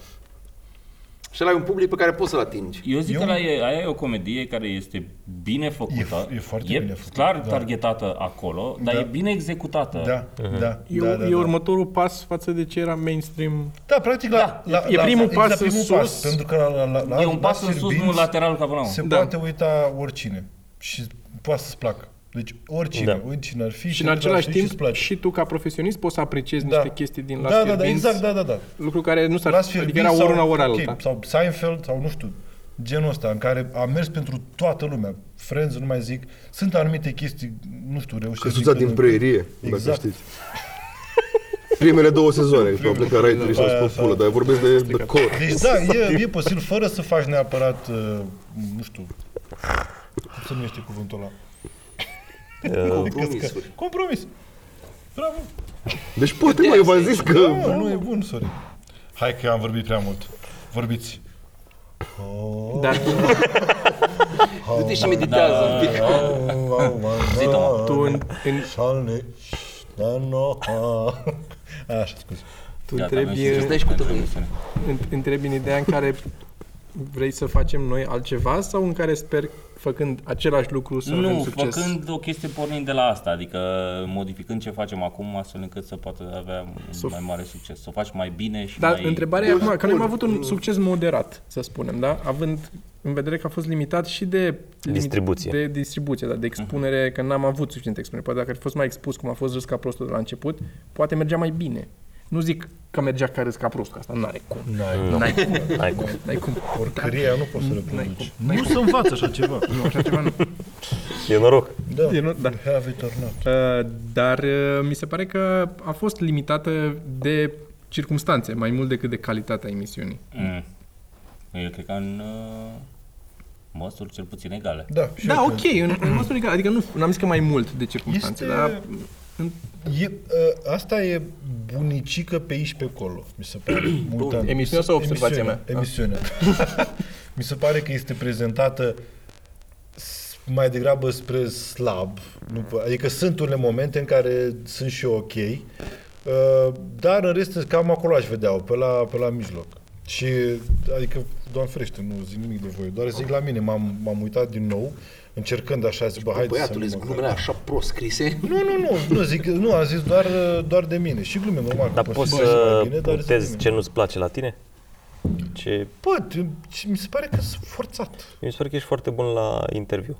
Speaker 7: Și ăla e un public pe care poți să-l atingi.
Speaker 5: Eu zic
Speaker 1: Eu-
Speaker 5: că la e, aia e o comedie care este bine făcută.
Speaker 1: E- e foarte bine făcută,
Speaker 5: clar
Speaker 1: da.
Speaker 5: targetată acolo, dar
Speaker 1: Da.
Speaker 5: e bine executată.
Speaker 1: Da, da,
Speaker 3: Eu,
Speaker 1: da,
Speaker 3: da,
Speaker 1: da,
Speaker 3: e
Speaker 1: da.
Speaker 3: următorul pas față de ce era mainstream.
Speaker 1: Da, practic la,
Speaker 5: Da,
Speaker 1: la,
Speaker 3: e
Speaker 1: la,
Speaker 3: primul
Speaker 1: la,
Speaker 3: pas
Speaker 1: exact,
Speaker 3: în
Speaker 1: primul
Speaker 3: sus.
Speaker 1: Pas, pentru că la, la, la, la
Speaker 5: E un
Speaker 1: la da,
Speaker 5: pas în sus,
Speaker 1: fierbinți
Speaker 5: nu lateral ca până la urmă.
Speaker 1: Se
Speaker 3: Da.
Speaker 1: poate uita oricine și poate să-ți placă. Deci oricine,
Speaker 2: Da.
Speaker 1: oricine ar fi,
Speaker 3: Și
Speaker 1: te
Speaker 3: în același
Speaker 1: tragi și îți
Speaker 3: timp,
Speaker 1: place.
Speaker 3: și tu ca profesionist poți să apreciezi
Speaker 1: da.
Speaker 3: niște chestii din Last
Speaker 1: da, da,
Speaker 3: Year
Speaker 1: da,
Speaker 3: Beans,
Speaker 1: exact, da, da, da.
Speaker 3: lucru care nu s-ar...
Speaker 1: Las
Speaker 3: adică
Speaker 1: Fierbinți
Speaker 3: era ori una,
Speaker 1: sau,
Speaker 3: ori
Speaker 1: ok,
Speaker 3: alta.
Speaker 1: sau Seinfeld sau nu știu, genul ăsta în care a mers pentru toată lumea. Friends, nu mai zic, sunt anumite chestii, nu știu, reușesc.
Speaker 6: Căsuța
Speaker 1: când
Speaker 6: din
Speaker 1: în
Speaker 6: preierie,
Speaker 1: Exact.
Speaker 6: dacă știți. Primele două sezoane, și au plecat Wright și au
Speaker 1: Aia,
Speaker 6: scos pulă, dar eu vorbesc de, de cor.
Speaker 1: Deci da, e, e posibil fără să faci neapărat, uh, nu știu, cum se numește cuvântul ăla?
Speaker 6: Da.
Speaker 7: Compromisuri.
Speaker 1: Compromis. Bravo.
Speaker 6: Deci poate, mă, eu v-am zis că...
Speaker 1: Da, nu e bun, sorry. Hai că am vorbit prea mult. Vorbiți.
Speaker 3: Dar
Speaker 7: Du-te
Speaker 6: da.
Speaker 7: și meditează
Speaker 5: Da.
Speaker 7: un pic.
Speaker 1: Zi, Toma.
Speaker 3: tu în, în,
Speaker 1: Așa, scuze.
Speaker 3: tu
Speaker 5: Gata,
Speaker 3: întrebi,
Speaker 5: mersi.
Speaker 7: Îți dai și cu tămâie.
Speaker 3: în- întrebi în ideea în care vrei să facem noi altceva sau în care sper făcând același lucru să avem
Speaker 2: Nu,
Speaker 3: succes?
Speaker 2: făcând o chestie pornind de la asta, adică modificând ce facem acum astfel încât să poată avea un mai mare succes, să o faci mai bine și
Speaker 3: Dar
Speaker 2: mai...
Speaker 3: întrebarea e acum, că noi am avut un succes moderat, să spunem, da? Având în vedere că a fost limitat și de... limit-
Speaker 2: Distribuție.
Speaker 3: De distribuție, da, de expunere, că n-am avut suficientă expunere. Poate dacă ar fi fost mai expus, cum a fost râs ca prostul de la început, poate mergea mai bine. Nu zic că mergea ca râs ca prostul, că asta n-are cum.
Speaker 1: N-ai.
Speaker 3: N-ai cum,
Speaker 2: N-ai cum.
Speaker 3: n-ai cum. Dar
Speaker 1: Cria nu poți să reproduci. Nu se învață așa ceva.
Speaker 3: așa ceva nu.
Speaker 2: E noroc.
Speaker 1: Da.
Speaker 3: E nu- da.
Speaker 1: Have it or not.
Speaker 3: Uh, dar uh, mi se pare că a fost limitată de circumstanțe, mai mult decât de calitatea emisiunii.
Speaker 2: Mm. Eu cred că în uh, măsuri cel puțin egale.
Speaker 1: Da, și
Speaker 3: Da,
Speaker 1: eu
Speaker 3: ok, în, în măsură egală. Adică nu n-am zis că mai mult de circunstanțe,
Speaker 1: Este-
Speaker 3: dar
Speaker 1: E, ă, asta e bunicică pe aici pe acolo, mi se pare. Mult ani.
Speaker 3: Emisiunea sau observația
Speaker 1: Emisiunea,
Speaker 3: mea?
Speaker 1: Emisiunea. mi se pare că este prezentată s- mai degrabă spre slab. Nu, p- adică sunt unele momente în care sunt și eu ok, ă, dar în rest cam acolo aș vedea pe la, pe la mijloc. Și, adică, doamne ferește, nu zic nimic de voi, doar zic la mine, m-am, m-am uitat din nou, încercând așa, zic, bă, haide să
Speaker 7: Băiatul,
Speaker 1: nu
Speaker 7: îți
Speaker 1: mă
Speaker 7: glumele așa prost scrise.
Speaker 1: nu, nu, nu, nu, zic, nu, am zis doar, doar de mine. Și glume, normal. că
Speaker 2: Dar
Speaker 1: pot
Speaker 2: poți
Speaker 1: fi mai
Speaker 2: să
Speaker 1: bine, dar zic
Speaker 2: putezi
Speaker 1: de
Speaker 2: ce nu-ți place la tine? Ce...
Speaker 1: mine. Bă, ce- mi se pare că sunt forțat.
Speaker 2: Mi se pare că ești foarte bun la interviu.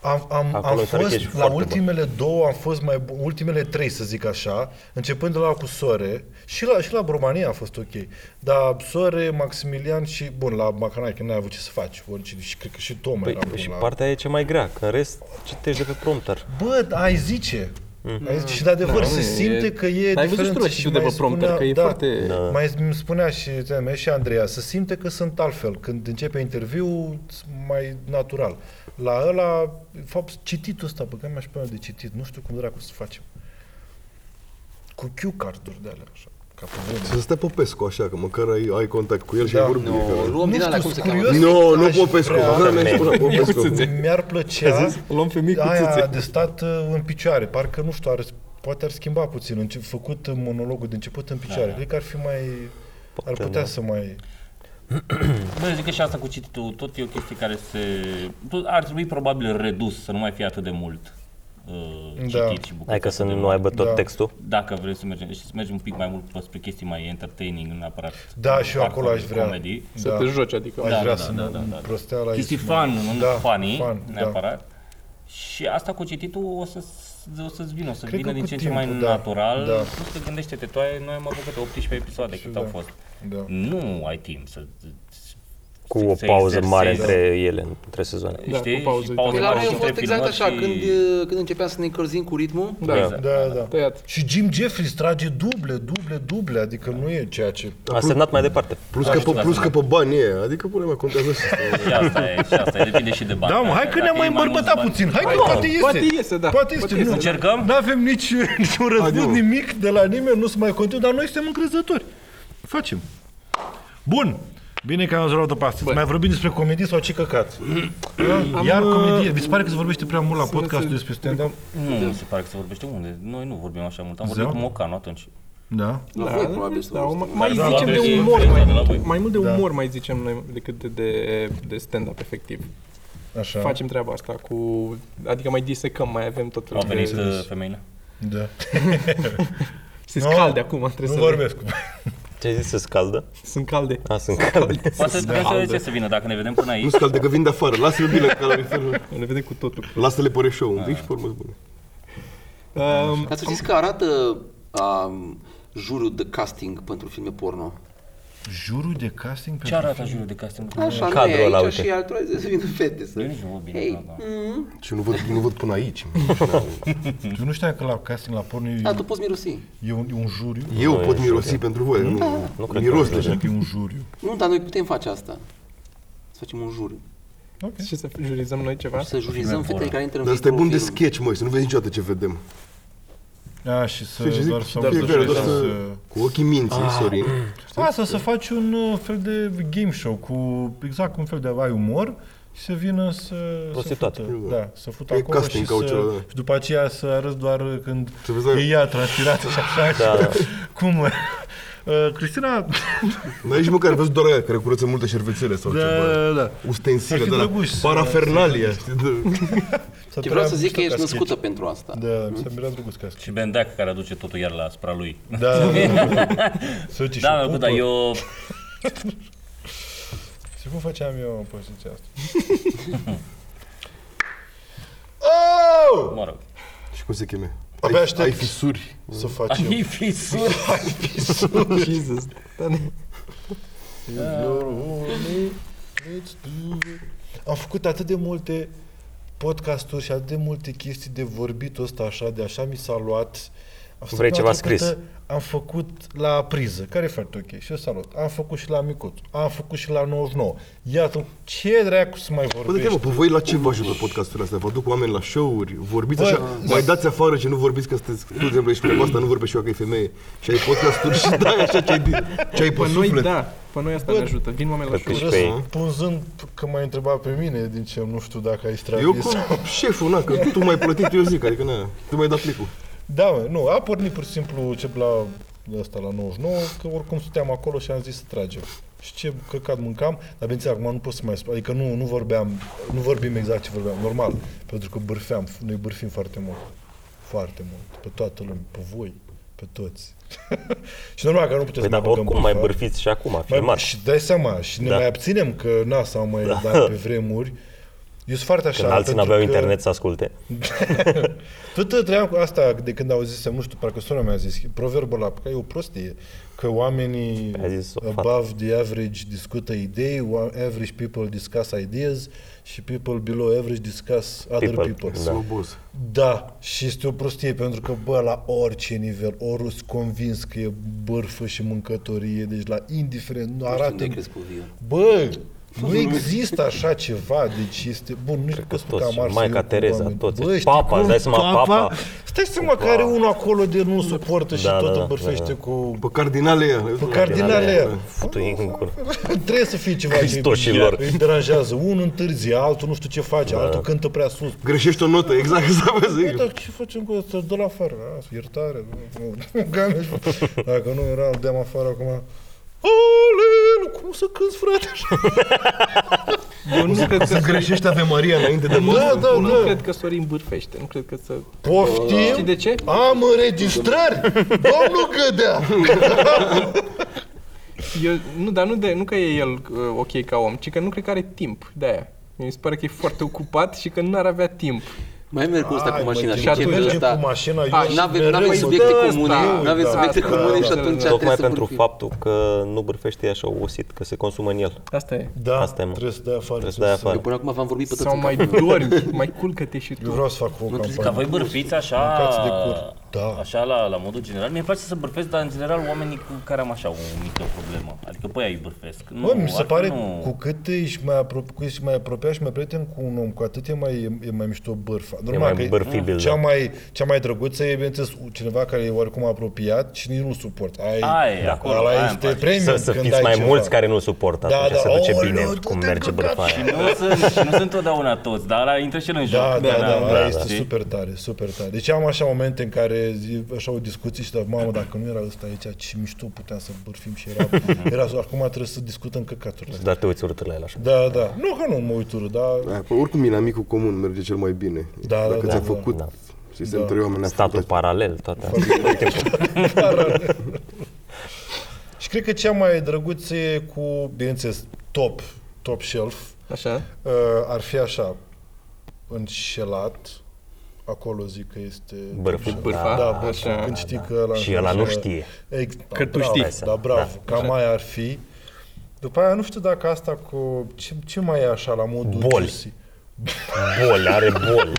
Speaker 1: Am, am, am
Speaker 2: Acolo mi se pare că
Speaker 1: fost,
Speaker 2: ești
Speaker 1: la
Speaker 2: foarte
Speaker 1: ultimele două, am fost mai bun, ultimele trei, să zic așa, începând de la cu Sore, și la, și la România a fost ok, dar Sore, Maximilian și, bun, la Macanai, că n-ai avut ce să faci, oricine, și cred că și Toma
Speaker 2: Păi,
Speaker 1: era bun
Speaker 2: și
Speaker 1: la...
Speaker 2: partea aia e cea mai grea, că în rest citești de pe prompter.
Speaker 1: Bă, ai zice.
Speaker 6: Mm-hmm.
Speaker 1: Ai zice. Și de adevăr
Speaker 3: Da,
Speaker 1: se
Speaker 3: nu,
Speaker 1: simte
Speaker 3: e-
Speaker 1: că e
Speaker 3: Dar ai văzut
Speaker 1: diferență.
Speaker 3: tu la știut de
Speaker 1: mai
Speaker 3: pe prompter,
Speaker 1: spunea-
Speaker 3: că e foarte- Da.
Speaker 1: Mai îmi spunea și mea și Andreea, se simte că sunt altfel. Când începe interviu, mai natural. La ăla, de fapt, cititul ăsta, băgam mi-aș pune de citit. Nu știu cum dracu să facem. Cu Q-carduri de alea, așa. Ca pe vreme.
Speaker 6: Să stai Popescu așa, că măcar ai, ai contact cu el și
Speaker 1: Da.
Speaker 6: ai vorbit.
Speaker 7: O
Speaker 6: Nu,
Speaker 7: luăm din
Speaker 1: Nu
Speaker 7: alea,
Speaker 1: știu,
Speaker 7: cum se
Speaker 1: sunt
Speaker 7: cheamă?
Speaker 1: curios.
Speaker 6: nu, nu
Speaker 1: Aș
Speaker 6: Popescu,
Speaker 1: vrea-
Speaker 6: nu mi-ai spus la Popescu.
Speaker 1: Mi-ar plăcea
Speaker 3: luăm femei cu
Speaker 1: aia
Speaker 3: țâțe.
Speaker 1: de stat uh, în picioare. Parcă, nu știu, ar, poate ar schimba puțin. Înce- făcut uh, monologul de început în picioare. Cred că ar fi mai... Ar
Speaker 2: Da, Poate da.
Speaker 1: putea
Speaker 2: nu.
Speaker 1: să mai...
Speaker 2: Bă, eu zic că și asta cu cititul tot e o chestie care se... tot Ar trebui probabil redus, să nu mai fie atât de mult uh,
Speaker 1: Da.
Speaker 2: citit și bucăți. Hai că să nu aibă
Speaker 1: tot Da.
Speaker 2: textul. Dacă vrei să mergem, și să mergem un pic mai mult spre chestii mai entertaining, nu neapărat.
Speaker 1: Da, și eu
Speaker 2: hardcore
Speaker 1: acolo aș vrea.
Speaker 2: Comedy.
Speaker 3: să te joci, adică
Speaker 1: Aș
Speaker 2: Da,
Speaker 1: vrea
Speaker 2: da,
Speaker 1: să
Speaker 2: da,
Speaker 1: mă
Speaker 2: da, da, da.
Speaker 1: prostea la
Speaker 2: chestii
Speaker 1: aici.
Speaker 2: fun, nu
Speaker 1: Da,
Speaker 2: funny,
Speaker 1: fun,
Speaker 2: neapărat. Și asta cu cititul o să o să-ți vină, o să
Speaker 1: Cred
Speaker 2: vină
Speaker 1: că
Speaker 2: din
Speaker 1: cu
Speaker 2: ce în ce mai
Speaker 1: timpul, da,
Speaker 2: natural.
Speaker 1: da.
Speaker 2: Plus că gândește-te, tu ai, noi am avut câte 18 episoade cât au
Speaker 1: da.
Speaker 2: fost.
Speaker 1: Da.
Speaker 2: Nu ai timp să
Speaker 8: Cu
Speaker 2: să-
Speaker 8: o
Speaker 2: să
Speaker 8: pauză mare
Speaker 2: exersezi,
Speaker 8: între ele, între sezoane.
Speaker 3: Da,
Speaker 2: Știi?
Speaker 3: cu pauză.
Speaker 2: Și pauze
Speaker 7: Păi la
Speaker 2: mari
Speaker 7: noi
Speaker 2: și
Speaker 7: a fost
Speaker 2: între
Speaker 7: exact
Speaker 2: filmări
Speaker 7: așa,
Speaker 2: și-
Speaker 7: când, uh, când începeam să ne încălzim cu ritmul,
Speaker 3: Da,
Speaker 2: Exact.
Speaker 1: Da, da.
Speaker 3: tăiat.
Speaker 1: Și Jim Jeffries trage duble, duble, duble, adică
Speaker 2: Da.
Speaker 1: nu e ceea ce...
Speaker 8: A semnat mai departe.
Speaker 6: Plus că, pe, plus că pe bani e, adică pune mea contează și asta.
Speaker 2: Și asta e, și asta e, depinde și de bani.
Speaker 1: Da, mă, hai că
Speaker 2: Dacă
Speaker 1: ne-am
Speaker 2: Adică e
Speaker 1: mai îmbărbătat
Speaker 2: mulți
Speaker 1: puțin. Hai că
Speaker 2: da.
Speaker 1: poate iese.
Speaker 3: Poate iese, da.
Speaker 1: Poate este.
Speaker 3: Poate iese.
Speaker 1: Nu,
Speaker 2: Încercăm?
Speaker 1: Nu avem nici, niciun răspuns,
Speaker 6: Adiu.
Speaker 1: nimic de la nimeni, nu se mai continuu, dar noi suntem încrezători. Facem. Bun. Bine că am rezolvat-o pe astăzi. Mai vorbim despre comedii sau ce căcat? Iar
Speaker 3: uh,
Speaker 1: comedie. Vi se pare că se vorbește prea mult la podcastul despre stand-up?
Speaker 2: bani. Nu, mi se pare că se vorbește unde. Noi nu vorbim așa mult. Am vorbit
Speaker 1: Zero?
Speaker 2: cu Mocanu atunci.
Speaker 1: Da.
Speaker 7: la voi probabil să
Speaker 3: da,
Speaker 7: vorbim.
Speaker 3: mai- mai
Speaker 1: Da,
Speaker 3: zicem
Speaker 1: la
Speaker 3: de
Speaker 1: voi.
Speaker 3: umor,
Speaker 2: Da,
Speaker 3: mai
Speaker 2: la voi.
Speaker 3: mult, mai mult de umor mai zicem noi decât de, de, de stand-up efectiv.
Speaker 1: Așa.
Speaker 3: Facem treaba asta cu, adică mai disecăm, mai avem tot
Speaker 2: Au
Speaker 3: felul
Speaker 2: venit
Speaker 3: de,
Speaker 2: uh, femeile.
Speaker 1: Da.
Speaker 3: se
Speaker 1: Nu,
Speaker 3: scalde acum, trebuie
Speaker 1: Nu
Speaker 3: să
Speaker 1: vorbesc.
Speaker 8: Ce ai zis să scaldă?
Speaker 3: Sunt calde.
Speaker 8: A, sunt calde.
Speaker 2: Poate
Speaker 1: Da.
Speaker 2: putem să ce să vină, dacă ne vedem până
Speaker 6: Nu
Speaker 2: aici.
Speaker 6: scalde că vin de afară, lasă-le bine în caloriferul.
Speaker 3: Ne vedem cu totul.
Speaker 6: Lasă-le pe reșou un pic și pe urmă spune.
Speaker 3: Um,
Speaker 7: Dar să știți că arată um, juriul de casting pentru filme porno.
Speaker 1: Jurul de casting pentru
Speaker 2: Ce arată jurul de casting?
Speaker 7: Așa, nu
Speaker 8: cadrul
Speaker 7: e
Speaker 8: ăla,
Speaker 7: aici
Speaker 8: uite.
Speaker 7: și altora să vină fete să...
Speaker 2: Eu nici nu văd bine.
Speaker 7: Ei,
Speaker 2: da, da.
Speaker 6: Și nu văd, nu văd până aici.
Speaker 1: Tu nu știai că la casting la porno e,
Speaker 7: da, tu poți mirosi.
Speaker 1: e, un, e un juriu?
Speaker 6: Eu pot mirosi pentru voi, nu,
Speaker 8: Nu cred
Speaker 6: miros
Speaker 8: că
Speaker 6: deja.
Speaker 1: E un juriu.
Speaker 7: Nu, dar noi putem face asta. Să facem un juriu.
Speaker 1: Ok.
Speaker 3: ce să jurizăm noi ceva?
Speaker 7: Să jurizăm fetele care intră în
Speaker 6: Dar ăsta e
Speaker 7: viitorul
Speaker 6: bun de
Speaker 7: film.
Speaker 6: sketch, măi, să nu vezi niciodată ce vedem.
Speaker 1: A, și să
Speaker 6: Ce zic?
Speaker 1: doar să
Speaker 6: Dar
Speaker 1: auzi
Speaker 6: fiecare
Speaker 1: așa
Speaker 6: doar Ah.
Speaker 1: și
Speaker 6: să...
Speaker 1: să-
Speaker 6: Cu ochii minții, Sorin.
Speaker 1: Asta, să faci un uh, fel de game show cu exact un fel de ai umor și să vină să...
Speaker 8: Prostituate.
Speaker 1: Să fută, da, să fută
Speaker 6: E
Speaker 1: acolo
Speaker 6: casting
Speaker 1: și,
Speaker 6: ca
Speaker 1: să,
Speaker 6: altceva, da.
Speaker 1: și după aceea să arăți doar uh, când
Speaker 6: Să vezi, da.
Speaker 1: e ea transpirată și așa.
Speaker 8: Da, da.
Speaker 1: Cum? Uh, Cristina,
Speaker 6: N-ai nici măcar văzut doar aia care curăță multe șervețele sau
Speaker 1: Da,
Speaker 6: ceva.
Speaker 1: da, da. Ar
Speaker 6: Ustensile
Speaker 1: fi
Speaker 6: de la
Speaker 1: drăguț să-
Speaker 6: parafernalia. știi, de-
Speaker 1: să
Speaker 7: Ce vreau să zic că ești născută pentru asta.
Speaker 1: Da, mi s-a mirat drăguț ca sketch.
Speaker 2: Și Ben Deac care aduce totul iar la asupra lui.
Speaker 1: Da, da, da, da. Să uite și
Speaker 2: Da, mi-a
Speaker 1: pupă.
Speaker 2: plăcut, dar Deci eu...
Speaker 1: Și cum făceam eu în poziția asta?
Speaker 2: Mă rog.
Speaker 6: Și cum se cheme?
Speaker 1: Oh! Abia
Speaker 6: Ai-
Speaker 1: aștept.
Speaker 6: Ai fisuri.
Speaker 1: Să fac eu.
Speaker 2: Ai fisuri.
Speaker 3: Jesus. Dar ne-
Speaker 1: Am făcut atât de multe podcasturi și atât de multe chestii de vorbit ăsta așa, de așa mi s-a luat. Am
Speaker 8: Vrei
Speaker 1: săptămâna
Speaker 8: ceva
Speaker 1: trecută Am făcut la priză, care e foarte ok, și eu salut. Am făcut și la Micuț, am făcut și la 99. Iată, ce dracu să mai
Speaker 6: Bă, de
Speaker 1: vorbești?
Speaker 6: mă, pe voi la ce vă ajută podcasturile astea? Vă duc oameni la show-uri, vorbiți
Speaker 1: Bă, da.
Speaker 6: așa, mai dați afară și nu vorbiți că sunteți, tu, de exemplu, ești pe asta, nu vorbești și eu că e femeie. Și ai podcasturi și dai așa ce ai, din- ce ai pe
Speaker 3: Pe noi,
Speaker 6: suflet.
Speaker 3: da. Pe noi asta ne ajută. Vin oameni la
Speaker 8: Pe
Speaker 3: show.
Speaker 8: piș pe ei.
Speaker 1: Răspunzând că m-ai întrebat pe mine, din ce nu știu dacă ai
Speaker 6: Eu
Speaker 1: strategie
Speaker 6: cu
Speaker 1: sau...
Speaker 6: șeful, na, că tu m-ai plătit, eu zic, adică na, tu mi-ai dat plicul.
Speaker 1: Da, mă, nu, a pornit pur și simplu ce la asta la 99, că oricum suteam acolo și am zis să tragem. Și ce căcat mâncam, dar bineînțeles, acum nu pot să mai spun, adică nu, nu vorbeam, nu vorbim exact ce vorbeam, normal, pentru că bârfeam, noi bârfim foarte mult, foarte mult, pe toată lumea, pe voi, pe toți. și normal că nu puteți
Speaker 8: Păi, dar
Speaker 1: mai băgăm
Speaker 8: oricum mai
Speaker 1: bârfa.
Speaker 8: bârfiți și acum,
Speaker 1: Mai,
Speaker 8: filmat.
Speaker 1: și dai seama, și ne
Speaker 8: Da.
Speaker 1: mai abținem că na, s-au mai da. dat pe vremuri. Eu sunt foarte așa.
Speaker 8: Când alții
Speaker 1: pentru
Speaker 8: n-aveau
Speaker 1: că-
Speaker 8: internet să asculte.
Speaker 1: tot trăiam cu asta de când auzisem, nu știu, parcă sora mi-a zis, proverbul ăla, că e o prostie, că oamenii
Speaker 8: A zis o fată.
Speaker 1: above the average discută idei, o- average people discuss ideas și people below average discuss other people.
Speaker 8: People,
Speaker 1: people.
Speaker 8: da.
Speaker 6: Slobos.
Speaker 1: Da, și este o prostie, pentru că, bă, la orice nivel, ori sunt convins că e bârfă și mâncătorie, deci la indiferent, nu
Speaker 7: Nu știu unde
Speaker 1: arată
Speaker 7: ai crescut, Viu.
Speaker 1: Bă, nu există așa ceva, deci este... Bun, nu știu că spun că
Speaker 8: toți,
Speaker 1: am ars
Speaker 8: Maica
Speaker 1: eu cu
Speaker 8: Tereza,
Speaker 1: oameni.
Speaker 8: toți.
Speaker 1: Bă, știi
Speaker 8: Papa,
Speaker 1: cum?
Speaker 8: îți dai seama, Papa.
Speaker 1: Stai seama că are unul acolo de nu suportă și
Speaker 8: Da,
Speaker 1: tot
Speaker 8: da, da,
Speaker 1: îmbărfește
Speaker 8: da, da.
Speaker 1: cu...
Speaker 6: Pe cardinale ea.
Speaker 1: Pe cardinale aia.
Speaker 8: Futu-i în cură.
Speaker 1: Trebuie să fie ceva ce
Speaker 8: Hristoșilor. Da.
Speaker 1: îi deranjează. Unul întârzie, altul nu știu ce face, altul cântă prea sus.
Speaker 6: Greșești o notă, exact asta vă
Speaker 1: Bă,
Speaker 6: zic.
Speaker 1: dar ce facem cu ăsta? Dă la afară. A, iertare. Nu, nu, gameș. Dacă nu era, îl deam afară acum. Alelu, cum să cânti, frate? așa?
Speaker 3: Eu nu cred că...
Speaker 6: Să greșești Ave Maria înainte de mult.
Speaker 1: Da, da,
Speaker 3: Nu
Speaker 1: da.
Speaker 3: cred că Sorin bârfește, nu cred că să...
Speaker 1: Poftim?
Speaker 3: Știi de ce?
Speaker 1: Am înregistrări? Domnul Gădea!
Speaker 3: Eu, nu, dar nu, de, nu că e el uh, ok ca om, ci că nu cred că are timp de aia. Mi se pare că e foarte ocupat și că nu ar avea timp.
Speaker 7: Mai merg cu ăsta cu mașina și
Speaker 3: și atunci-
Speaker 7: începe
Speaker 1: merge
Speaker 7: ăsta.
Speaker 1: cu mașina, eu
Speaker 7: A,
Speaker 1: aș
Speaker 7: n-avem,
Speaker 1: mereu
Speaker 7: n-avem
Speaker 1: să-
Speaker 7: subiecte
Speaker 3: Bă,
Speaker 7: comune,
Speaker 3: ăsta,
Speaker 7: n-avem
Speaker 1: da,
Speaker 7: subiecte
Speaker 3: da,
Speaker 7: comune
Speaker 3: da,
Speaker 7: și
Speaker 3: da, da.
Speaker 7: atunci trebuie
Speaker 8: Tocmai
Speaker 7: să
Speaker 8: pentru
Speaker 7: vorbim.
Speaker 8: faptul că nu bârfește e așa obosit, că se consumă în el.
Speaker 3: Asta e.
Speaker 1: Da,
Speaker 8: Asta e, mă.
Speaker 1: trebuie să dai afară.
Speaker 8: Trebuie să dai afară.
Speaker 7: Eu până acum v-am vorbit pe toți
Speaker 3: Sau
Speaker 7: în
Speaker 3: mai
Speaker 7: cap.
Speaker 3: dormi, mai culcă-te și
Speaker 1: Eu
Speaker 3: tu.
Speaker 1: vreau să fac o
Speaker 2: Zic că voi
Speaker 1: campanie.
Speaker 2: bârfiți așa,
Speaker 1: Mâncați de cur. Da.
Speaker 2: așa la, la modul general. Mie îmi place să bârfesc, dar în general oamenii cu care am așa o mică problemă. Adică pe aia îi bârfesc. Nu,
Speaker 1: Bă, mi se
Speaker 2: altfel
Speaker 1: pare,
Speaker 2: nu.
Speaker 1: cu cât ești mai, apro- cu cât ești mai apropiat și mai prieten cu un om, cu atât e mai, e, e mai mișto bârfa. Normal
Speaker 8: mai
Speaker 1: că
Speaker 8: bârfibil,
Speaker 1: cea,
Speaker 8: da.
Speaker 1: mai, cea mai drăguță e, bineînțeles, cineva care e oricum apropiat și nici nu suport. Ai,
Speaker 2: Aia e, acolo, aia
Speaker 1: Ăla
Speaker 2: îmi
Speaker 1: este
Speaker 2: place.
Speaker 1: premium
Speaker 8: Da. Să, să
Speaker 1: când
Speaker 8: fiți
Speaker 1: ai
Speaker 8: mai
Speaker 1: ceva.
Speaker 8: mulți care nu-l suportă,
Speaker 1: Da,
Speaker 8: atunci
Speaker 1: da.
Speaker 8: se duce
Speaker 1: Aoleu,
Speaker 8: bine
Speaker 1: du-te
Speaker 8: cum
Speaker 1: în
Speaker 8: merge
Speaker 1: căcat.
Speaker 8: bârfa aia.
Speaker 2: Nu sunt, și nu sunt întotdeauna toți, dar ăla intră și el în joc.
Speaker 1: Da, da, da, da,
Speaker 2: da,
Speaker 1: este
Speaker 2: știi?
Speaker 1: super tare, super tare. Deci am așa momente în care zi, așa o discuție și da, mamă, dacă nu era ăsta aici, ce mișto puteam să bârfim și era, era acum trebuie să discutăm căcaturile.
Speaker 8: Dar te uiți urât la el așa.
Speaker 1: Da, da. Nu că nu mă uit urât, dar
Speaker 6: Da, păi oricum inamicul comun merge cel mai bine.
Speaker 1: Da, da,
Speaker 6: Dacă
Speaker 1: da,
Speaker 6: ți-a
Speaker 1: da.
Speaker 6: făcut
Speaker 8: Da.
Speaker 6: și sunt trei oameni
Speaker 8: Statul
Speaker 6: afectați.
Speaker 8: paralel, toate astea.
Speaker 1: și Cred că cea mai drăguță e cu, bineînțeles, top, top shelf,
Speaker 3: Așa.
Speaker 1: uh, ar fi așa, înșelat, acolo zic că este...
Speaker 8: Bârful.
Speaker 1: top shelf.
Speaker 3: Bârfa?
Speaker 1: Da, bârful,
Speaker 3: Așa.
Speaker 1: când știi că... La
Speaker 8: Și ăla nu știe. exact.
Speaker 1: Ex-
Speaker 3: Că
Speaker 1: da,
Speaker 3: tu
Speaker 1: bravo,
Speaker 3: știi.
Speaker 1: Da, bravo, cam mai ar fi. După aia nu știu dacă asta cu... Ce, ce mai e așa la modul...
Speaker 8: Boli.
Speaker 1: juicy?
Speaker 8: Bol, are bol.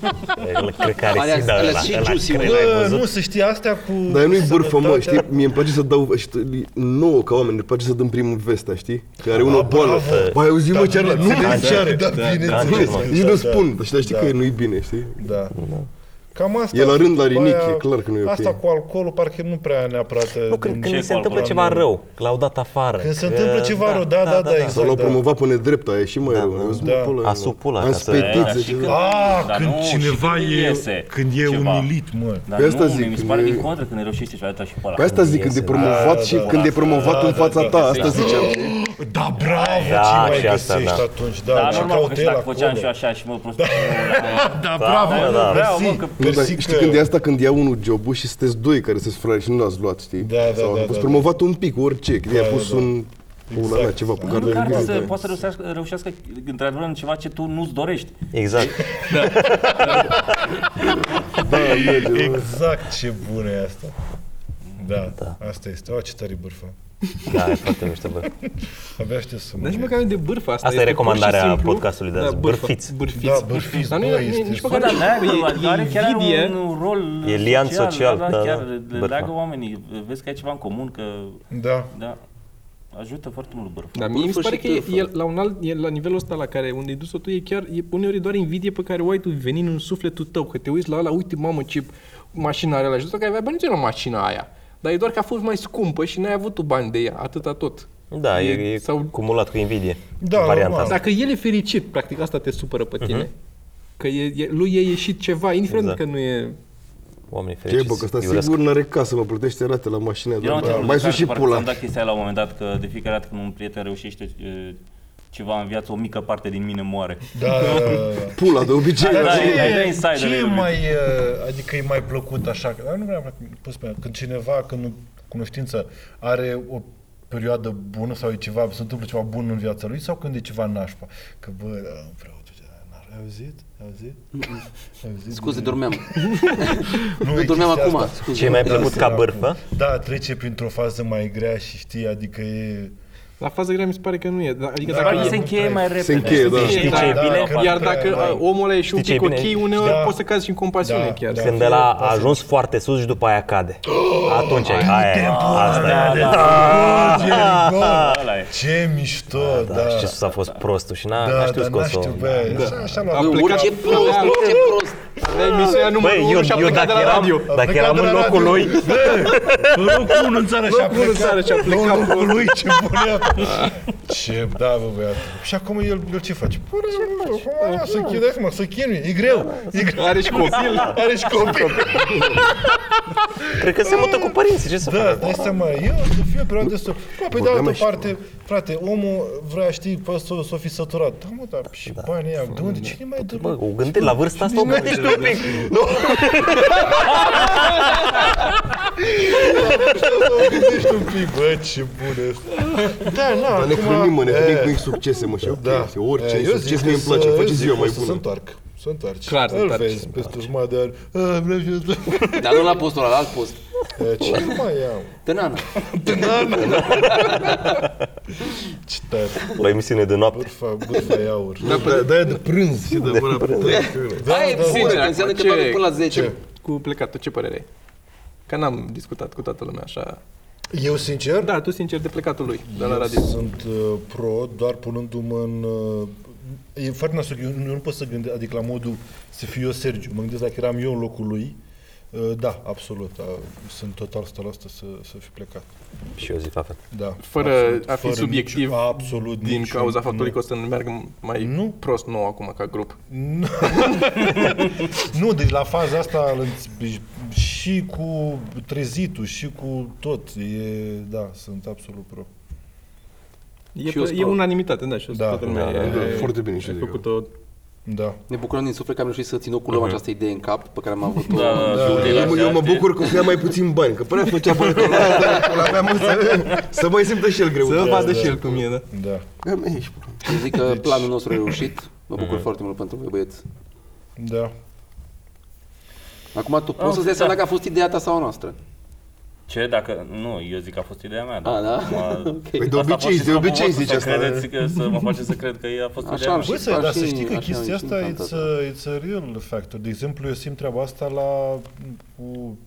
Speaker 8: El Cred că are
Speaker 7: Alea-
Speaker 8: sida
Speaker 7: alea
Speaker 8: ăla.
Speaker 7: și
Speaker 8: ăla
Speaker 7: juicy,
Speaker 8: cred,
Speaker 7: mă.
Speaker 8: l-ai
Speaker 1: Bă,
Speaker 8: văzut?
Speaker 1: nu, să știi, astea cu...
Speaker 6: Dar eu nu-i bârfă, mă,
Speaker 1: sănătatea-
Speaker 6: știi? Mie îmi place să dau, știi, nouă ca oameni, ne place să dăm primul vestea, știi? Că are unul boală.
Speaker 1: bravo.
Speaker 6: Băi, auzi, mă, ce are la... Nu
Speaker 1: bineînțeles
Speaker 6: vezi ce are,
Speaker 1: da, bineînțeles.
Speaker 6: Bine, Nici
Speaker 1: Da,
Speaker 6: nu
Speaker 1: da.
Speaker 6: spun, dar știi, știi
Speaker 1: Da.
Speaker 6: că nu-i bine, știi?
Speaker 1: Da. Cam asta.
Speaker 6: E la rând
Speaker 1: După
Speaker 6: la rinichi, e clar că nu e ok.
Speaker 1: Asta cu alcoolul parcă nu prea neapărat...
Speaker 8: Nu, cred că
Speaker 2: ce
Speaker 8: când se
Speaker 2: cu
Speaker 8: întâmplă
Speaker 2: alcool,
Speaker 8: ceva rău, că l-au dat afară.
Speaker 1: Când se
Speaker 8: că-
Speaker 1: întâmplă ceva rău, da, da, da,
Speaker 6: Sau
Speaker 1: exact.
Speaker 6: l-au
Speaker 1: da.
Speaker 6: promovat pe nedrept, aia e și mai rău. Auzi, mă,
Speaker 1: Da.
Speaker 6: pula, mă.
Speaker 8: A supula,
Speaker 6: Am
Speaker 8: ca să-
Speaker 2: Da,
Speaker 6: spetițe.
Speaker 2: și
Speaker 6: și-
Speaker 2: că-
Speaker 1: A,
Speaker 2: Dar
Speaker 1: Ah, Da, când Da.
Speaker 2: nu, și
Speaker 1: cineva
Speaker 2: când
Speaker 1: e,
Speaker 2: iese
Speaker 1: când e
Speaker 2: ceva.
Speaker 1: umilit, mă.
Speaker 2: Dar
Speaker 6: Pe asta
Speaker 2: nu,
Speaker 6: zic,
Speaker 2: mi se pare
Speaker 6: e-
Speaker 2: din contră când ne reușește și alta și pe ăla.
Speaker 6: Pe asta zic, când e promovat și când e promovat în fața ta, asta ziceam.
Speaker 1: Da, bravo,
Speaker 8: Da,
Speaker 1: ce mai
Speaker 8: și asta,
Speaker 1: găsești
Speaker 8: da.
Speaker 1: atunci.
Speaker 2: Da,
Speaker 1: Da, ce
Speaker 2: normal, că
Speaker 1: caută
Speaker 2: și
Speaker 1: el
Speaker 2: dacă făceam
Speaker 1: acolo.
Speaker 2: și eu așa și mă prost.
Speaker 1: Da, bravo,
Speaker 8: da, da.
Speaker 2: Vreau, mă,
Speaker 1: mersi,
Speaker 2: că-
Speaker 6: Nu, dar
Speaker 1: mersi
Speaker 6: știi
Speaker 1: că-
Speaker 6: când e asta, când ia unul jobul și sunteți doi care sunteți frate și nu l-ați luat, știi?
Speaker 1: Da, da,
Speaker 6: Sau
Speaker 1: da,
Speaker 6: a
Speaker 1: da,
Speaker 6: fost
Speaker 1: da.
Speaker 6: promovat un pic, orice, că i-a
Speaker 1: Da,
Speaker 6: pus
Speaker 1: da, da.
Speaker 6: un... Pula la
Speaker 1: Exact.
Speaker 6: ceva pe
Speaker 1: Nu,
Speaker 6: gardul
Speaker 2: Măcar
Speaker 6: de
Speaker 2: să poți să reușească, reușească într-adevăr în ceva ce tu nu-ți dorești.
Speaker 8: Exact.
Speaker 6: Da, merge, da.
Speaker 1: Exact ce bună e asta. Da, asta este. O, ce tare e bârfa.
Speaker 8: Da, e foarte mișto, bă.
Speaker 1: Abia aștept să mă...
Speaker 3: Dar nici măcar nu e de bârfă asta.
Speaker 8: Asta e
Speaker 3: este pur și
Speaker 8: recomandarea
Speaker 3: simplu-
Speaker 8: podcastului de azi,
Speaker 3: bârfă,
Speaker 8: bârfiți.
Speaker 3: Bârfiți.
Speaker 1: Da, bârfiți,
Speaker 3: Dar nu
Speaker 1: bă,
Speaker 3: e
Speaker 1: este
Speaker 3: nici
Speaker 2: Bă,
Speaker 3: măcar
Speaker 2: dar
Speaker 3: nu
Speaker 2: n-ai,
Speaker 3: e-
Speaker 2: bă, are
Speaker 3: e
Speaker 2: chiar are
Speaker 3: invidie.
Speaker 2: un rol
Speaker 8: E liant social,
Speaker 2: da,
Speaker 8: da,
Speaker 2: da,
Speaker 8: da,
Speaker 2: chiar le
Speaker 8: bârfa.
Speaker 2: leagă oamenii, vezi că ai ceva în comun, că,
Speaker 1: Da.
Speaker 2: da, ajută foarte mult bârfa.
Speaker 3: Dar mie mi se
Speaker 7: Bârfă
Speaker 3: pare
Speaker 7: și
Speaker 3: că e,
Speaker 7: târfă.
Speaker 3: e, la, un alt, e la nivelul ăsta la care unde ai dus-o tu e chiar, e, uneori e doar invidie pe care o ai tu venind în sufletul tău, că te uiți la ăla, uite mamă ce mașina are la ajutor, că avea bani la mașina aia. Dar e doar că a fost mai scumpă și n-ai avut tu bani de ea, atâta tot.
Speaker 8: Da, e, e
Speaker 3: sau-
Speaker 8: cumulat cu invidie.
Speaker 1: Da,
Speaker 8: în varianta
Speaker 1: normal.
Speaker 8: asta.
Speaker 3: Dacă el e fericit, practic asta te supără pe tine. Că e, e, lui e ieșit ceva, indiferent
Speaker 8: Mhm. Exact.
Speaker 3: că nu e...
Speaker 8: Oamenii
Speaker 6: Ce
Speaker 8: fericiți.
Speaker 6: bă, că ăsta
Speaker 8: iubesc.
Speaker 6: sigur n-are casă, mă plătește rate la mașină.
Speaker 2: Era un
Speaker 6: dar-
Speaker 2: tipul
Speaker 6: da, Mai
Speaker 2: de
Speaker 6: sunt
Speaker 2: care
Speaker 6: și
Speaker 2: parcă
Speaker 6: pula.
Speaker 2: am dat chestia aia la un moment dat că de fiecare dată când un prieten reușește e, ceva în viață, o mică parte din mine moare.
Speaker 1: Da, da, da, da.
Speaker 6: Pula, de obicei.
Speaker 2: Da,
Speaker 6: așa.
Speaker 2: ai- ai dat
Speaker 1: Ce,
Speaker 2: insider-ul
Speaker 1: ce e
Speaker 2: lui.
Speaker 1: mai, uh, adică e mai plăcut așa? Că- Dar nu vreau pus pe Când cineva, când în cunoștință are o perioadă bună sau e ceva, se întâmplă ceva bun în viața lui sau când e ceva nașpa? Că bă, da, preotul, ce- ai auzit? Ai auzit? Ai auzit?
Speaker 7: Scuze, dormeam.
Speaker 1: Nu, e
Speaker 7: dormeam
Speaker 1: chestia
Speaker 7: acum,
Speaker 1: asta.
Speaker 7: scuze.
Speaker 8: Ce e mai plăcut ca bârfă?
Speaker 1: Da, trece printr-o fază mai grea și știi, adică e...
Speaker 3: La faza grea mi se pare că nu e. dar- Adică
Speaker 1: Da,
Speaker 3: dacă
Speaker 2: Păi
Speaker 1: da.
Speaker 3: e,
Speaker 2: se încheie
Speaker 1: trec.
Speaker 2: mai
Speaker 1: Se
Speaker 2: repede.
Speaker 6: Se încheie, da.
Speaker 8: Știi
Speaker 3: da,
Speaker 8: ce e bine?
Speaker 1: da,
Speaker 3: Iar
Speaker 1: da,
Speaker 3: dacă
Speaker 1: da.
Speaker 3: uh, omul ăla e și un
Speaker 8: Știi
Speaker 3: pic
Speaker 8: ce e bine?
Speaker 3: ok, uneori
Speaker 1: Da.
Speaker 3: poți să cazi și în compasiune
Speaker 1: Da,
Speaker 3: chiar.
Speaker 1: da.
Speaker 8: Când ăla a ajuns foarte sus și după aia cade. Atunci e, aia e, asta e.
Speaker 1: Da, Ce rigol!
Speaker 2: Ah, Ăla e.
Speaker 1: Ce mișto, da.
Speaker 8: Da, și ce sus a fost prostul și n-a n-a
Speaker 1: Da,
Speaker 8: știut
Speaker 1: dar
Speaker 8: scos
Speaker 1: n-a
Speaker 8: o...
Speaker 1: știu, bă, așa, așa l-a
Speaker 3: Bă,
Speaker 1: plecat.
Speaker 7: Ce prost,
Speaker 3: Da.
Speaker 7: bă, ce prost.
Speaker 3: Avea emisiunea numărul
Speaker 8: Băi,
Speaker 3: 1
Speaker 8: eu,
Speaker 3: și a
Speaker 8: eu
Speaker 3: plecat de
Speaker 8: dacă
Speaker 3: la
Speaker 8: eram,
Speaker 3: radio.
Speaker 1: A
Speaker 8: dacă
Speaker 1: plecat
Speaker 8: eram
Speaker 1: de
Speaker 8: în
Speaker 1: la
Speaker 8: locul
Speaker 1: radio.
Speaker 8: lui,
Speaker 1: În locul unul în țară și-a
Speaker 3: Locul unul în țară și-a
Speaker 1: plecat.
Speaker 3: plecat.
Speaker 1: În locul lui, ce bun e asta. Ce, da, bă, băiatul. Și acum el, el ce face? Păi, Până, ce faci? Să chinui, mă, să chinui. E greu. E greu.
Speaker 3: Are și copil.
Speaker 1: Are și copii.
Speaker 8: cred că se mută cu părinții, ce să
Speaker 1: Da,
Speaker 8: facă?
Speaker 1: dai seama, eu să fie o perioadă destul. Bă, pe de
Speaker 6: Vorbeam
Speaker 1: altă
Speaker 6: și-
Speaker 1: parte, frate, omul vrea, știi, pe s-o, s-o fi săturat. Da, mă, dar și banii ăia, de unde? Cine mai dă?
Speaker 8: Bă, o gândești la vârsta asta, o gândești tu un pic.
Speaker 1: Mă gândești un pic, bă, ce bun e asta. Da, na,
Speaker 6: Dar ne
Speaker 1: acum-
Speaker 6: hrănim, mă, ne
Speaker 1: E.
Speaker 6: hrănim cu succese, mă, și ok,
Speaker 1: Da.
Speaker 6: este orice
Speaker 1: E, eu
Speaker 6: succes
Speaker 1: zic
Speaker 6: mie îmi
Speaker 1: să-
Speaker 6: place, îmi face
Speaker 1: eu
Speaker 6: ziua
Speaker 1: zic
Speaker 6: mai
Speaker 1: să Se
Speaker 6: bună.
Speaker 1: întoarcă. Se întoarce.
Speaker 3: Clar se
Speaker 1: Îl
Speaker 3: întoarce, se
Speaker 1: vezi peste jumătate de ani. "A, vreau și eu să-"
Speaker 7: Dar nu la postul ăla, la alt post.
Speaker 1: E, Ce mai am?
Speaker 7: Tânana.
Speaker 1: Ce tare.
Speaker 8: La emisiune de noapte.
Speaker 1: Bârfa, bârfa e aur.
Speaker 6: Da, da, de prânz și de până pe trei.
Speaker 1: Da,
Speaker 7: Aia e
Speaker 1: da,
Speaker 7: sincer,
Speaker 1: da.
Speaker 7: înseamnă că
Speaker 3: Ce-
Speaker 7: doar până la 10.
Speaker 3: Cu plecatul, ce părere ai? Că n-am discutat cu toată lumea așa.
Speaker 1: Eu, sincer,
Speaker 3: Da, tu sincer de plecatul lui, de la
Speaker 1: Eu
Speaker 3: radio.
Speaker 1: sunt uh, pro, doar punându-mă în... Uh, e foarte nasol, eu, nu- eu nu pot să gândesc, adică la modul să fiu eu Sergiu. Mă gândesc dacă eram eu în locul lui, uh, da, absolut, uh, sunt total 100% să, să fi plecat.
Speaker 8: Și eu zic la fel.
Speaker 1: Da.
Speaker 3: Fără
Speaker 1: absolut,
Speaker 3: a fi
Speaker 1: fără
Speaker 3: subiectiv
Speaker 1: niciun- absolut
Speaker 3: Din
Speaker 1: niciun-
Speaker 3: cauza faptului că o să ne meargă mai
Speaker 1: Nu.
Speaker 3: prost nou acum ca grup.
Speaker 1: Nu, deci la faza asta îl înț- și cu trezitul și cu tot, e, da, sunt absolut pro.
Speaker 3: E,
Speaker 7: Și eu
Speaker 3: pe-
Speaker 7: sunt
Speaker 3: e
Speaker 7: pro.
Speaker 3: unanimitate, da, și eu sunt
Speaker 1: Da,
Speaker 3: toată lumea.
Speaker 1: da, da,
Speaker 3: e-
Speaker 1: da.
Speaker 3: e-
Speaker 6: Foarte bine, și
Speaker 3: Ai
Speaker 6: eu zic.
Speaker 3: făcut-o
Speaker 1: Da.
Speaker 7: Ne bucurăm din suflet că am reușit să țin oculăm această idee în cap pe care am avut-o.
Speaker 2: Da,
Speaker 6: Eu, mă- eu mă bucur că făcea mai puțin bani, că până făcea bani că la aia, la mea, mă, să, să mai simtă și el greu.
Speaker 3: Să vadă și el cum e, da.
Speaker 1: Da.
Speaker 6: Bă, mă, ești bun.
Speaker 7: Eu zic că planul nostru e reușit. Mă bucur foarte mult pentru voi, băieți.
Speaker 1: Da.
Speaker 7: Acum tu poți să-ți dai
Speaker 2: da.
Speaker 7: seama dacă a fost ideea ta sau a noastră.
Speaker 2: Ce dacă... Nu, eu zic că a fost ideea mea.
Speaker 8: Ah,
Speaker 7: A, da?
Speaker 2: Acum-
Speaker 7: Ok.
Speaker 6: Păi de
Speaker 2: Asta a fost
Speaker 6: obicei,
Speaker 2: și
Speaker 6: de
Speaker 2: scopul
Speaker 6: obicei
Speaker 2: vostru,
Speaker 6: zici
Speaker 2: să
Speaker 6: asta.
Speaker 2: Credeți că să mă faceți să cred că ea a fost
Speaker 7: Așa
Speaker 2: ideea
Speaker 7: am
Speaker 2: mea.
Speaker 7: și-
Speaker 1: Băi, să, dar să
Speaker 7: și-
Speaker 1: știi că
Speaker 7: așa, și
Speaker 1: chestia asta
Speaker 7: cantată.
Speaker 1: it's a, it's a real factor. De exemplu, eu simt treaba asta la cu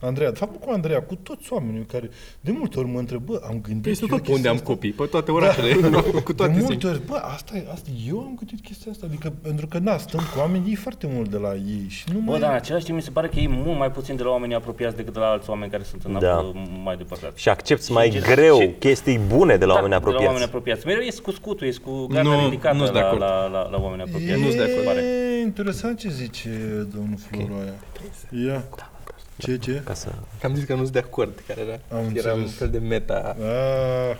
Speaker 1: Andreea. De fapt, cu Andreea, cu toți oamenii care de multe ori mă întreb, bă, am gândit
Speaker 3: Păi sunt
Speaker 1: eu
Speaker 3: tot
Speaker 1: chestia
Speaker 3: unde am
Speaker 1: asta?" Da.
Speaker 3: copii, pe toate orașele, cu toate
Speaker 1: de
Speaker 3: simt.
Speaker 1: multe ori, bă, asta e, asta, eu am gândit chestia asta, adică, pentru că, na, stând cu oameni, iei foarte mult de la ei și nu
Speaker 2: Bă,
Speaker 5: da.
Speaker 1: mai...
Speaker 2: dar în același timp mi se pare că ei mult mai puțin de la oamenii apropiați decât de la alți oameni care sunt în
Speaker 8: Da.
Speaker 2: da. mai departe.
Speaker 8: Și accepti mai
Speaker 2: Și-
Speaker 8: greu
Speaker 2: și- Da,
Speaker 8: chestii bune de la oameni
Speaker 2: De la
Speaker 8: apropiați.
Speaker 2: oameni apropiați. Mereu ești cu scutul, ești cu garda
Speaker 3: Nu,
Speaker 2: ridicată
Speaker 3: nu-s de
Speaker 2: la,
Speaker 3: acord.
Speaker 2: la, la, la oameni apropiați.
Speaker 1: e
Speaker 2: Pare.
Speaker 1: interesant ce zice domnul Floroia. Ia. Ce, ce?
Speaker 8: Ca să...
Speaker 3: Că am zis că nu sunt de acord, care era,
Speaker 1: Am
Speaker 3: era un
Speaker 1: înțeles.
Speaker 3: fel de meta.
Speaker 1: Ah.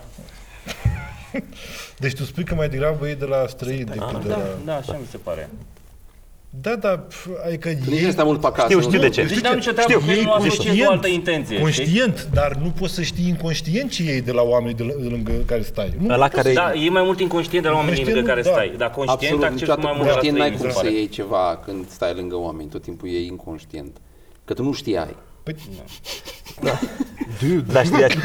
Speaker 1: Deci tu spui că mai degrabă e de la străini decât de
Speaker 2: Da,
Speaker 1: la...
Speaker 2: da, așa mi se pare.
Speaker 1: Da, da, pf, adică
Speaker 7: Nici
Speaker 1: ei...
Speaker 7: Deci asta mult pe acasă.
Speaker 8: Știu,
Speaker 7: nu?
Speaker 8: știu de ce.
Speaker 2: Deci n-am nicio treabă,
Speaker 8: știu,
Speaker 2: că ei nu asociez
Speaker 1: conștient,
Speaker 2: o altă intenție. știi?
Speaker 1: Conștient, dar nu poți să știi inconștient ce iei de la oamenii de, l- de lângă care stai. Nu?
Speaker 8: Ăla care...
Speaker 2: Da, e mai mult inconștient de la oamenii lângă
Speaker 1: Conștient,
Speaker 2: care
Speaker 1: da.
Speaker 2: stai. Dar conștient
Speaker 7: Absolut,
Speaker 2: accepti mai
Speaker 7: niciodată
Speaker 2: mult de la
Speaker 7: conștient
Speaker 2: străini,
Speaker 7: n-ai
Speaker 2: mi
Speaker 7: cum
Speaker 2: se
Speaker 7: să
Speaker 5: Exact.
Speaker 2: pare.
Speaker 7: iei ceva când stai lângă oameni, tot timpul e inconștient. Că tu nu știai.
Speaker 1: Păi,
Speaker 8: Dar știi de ce?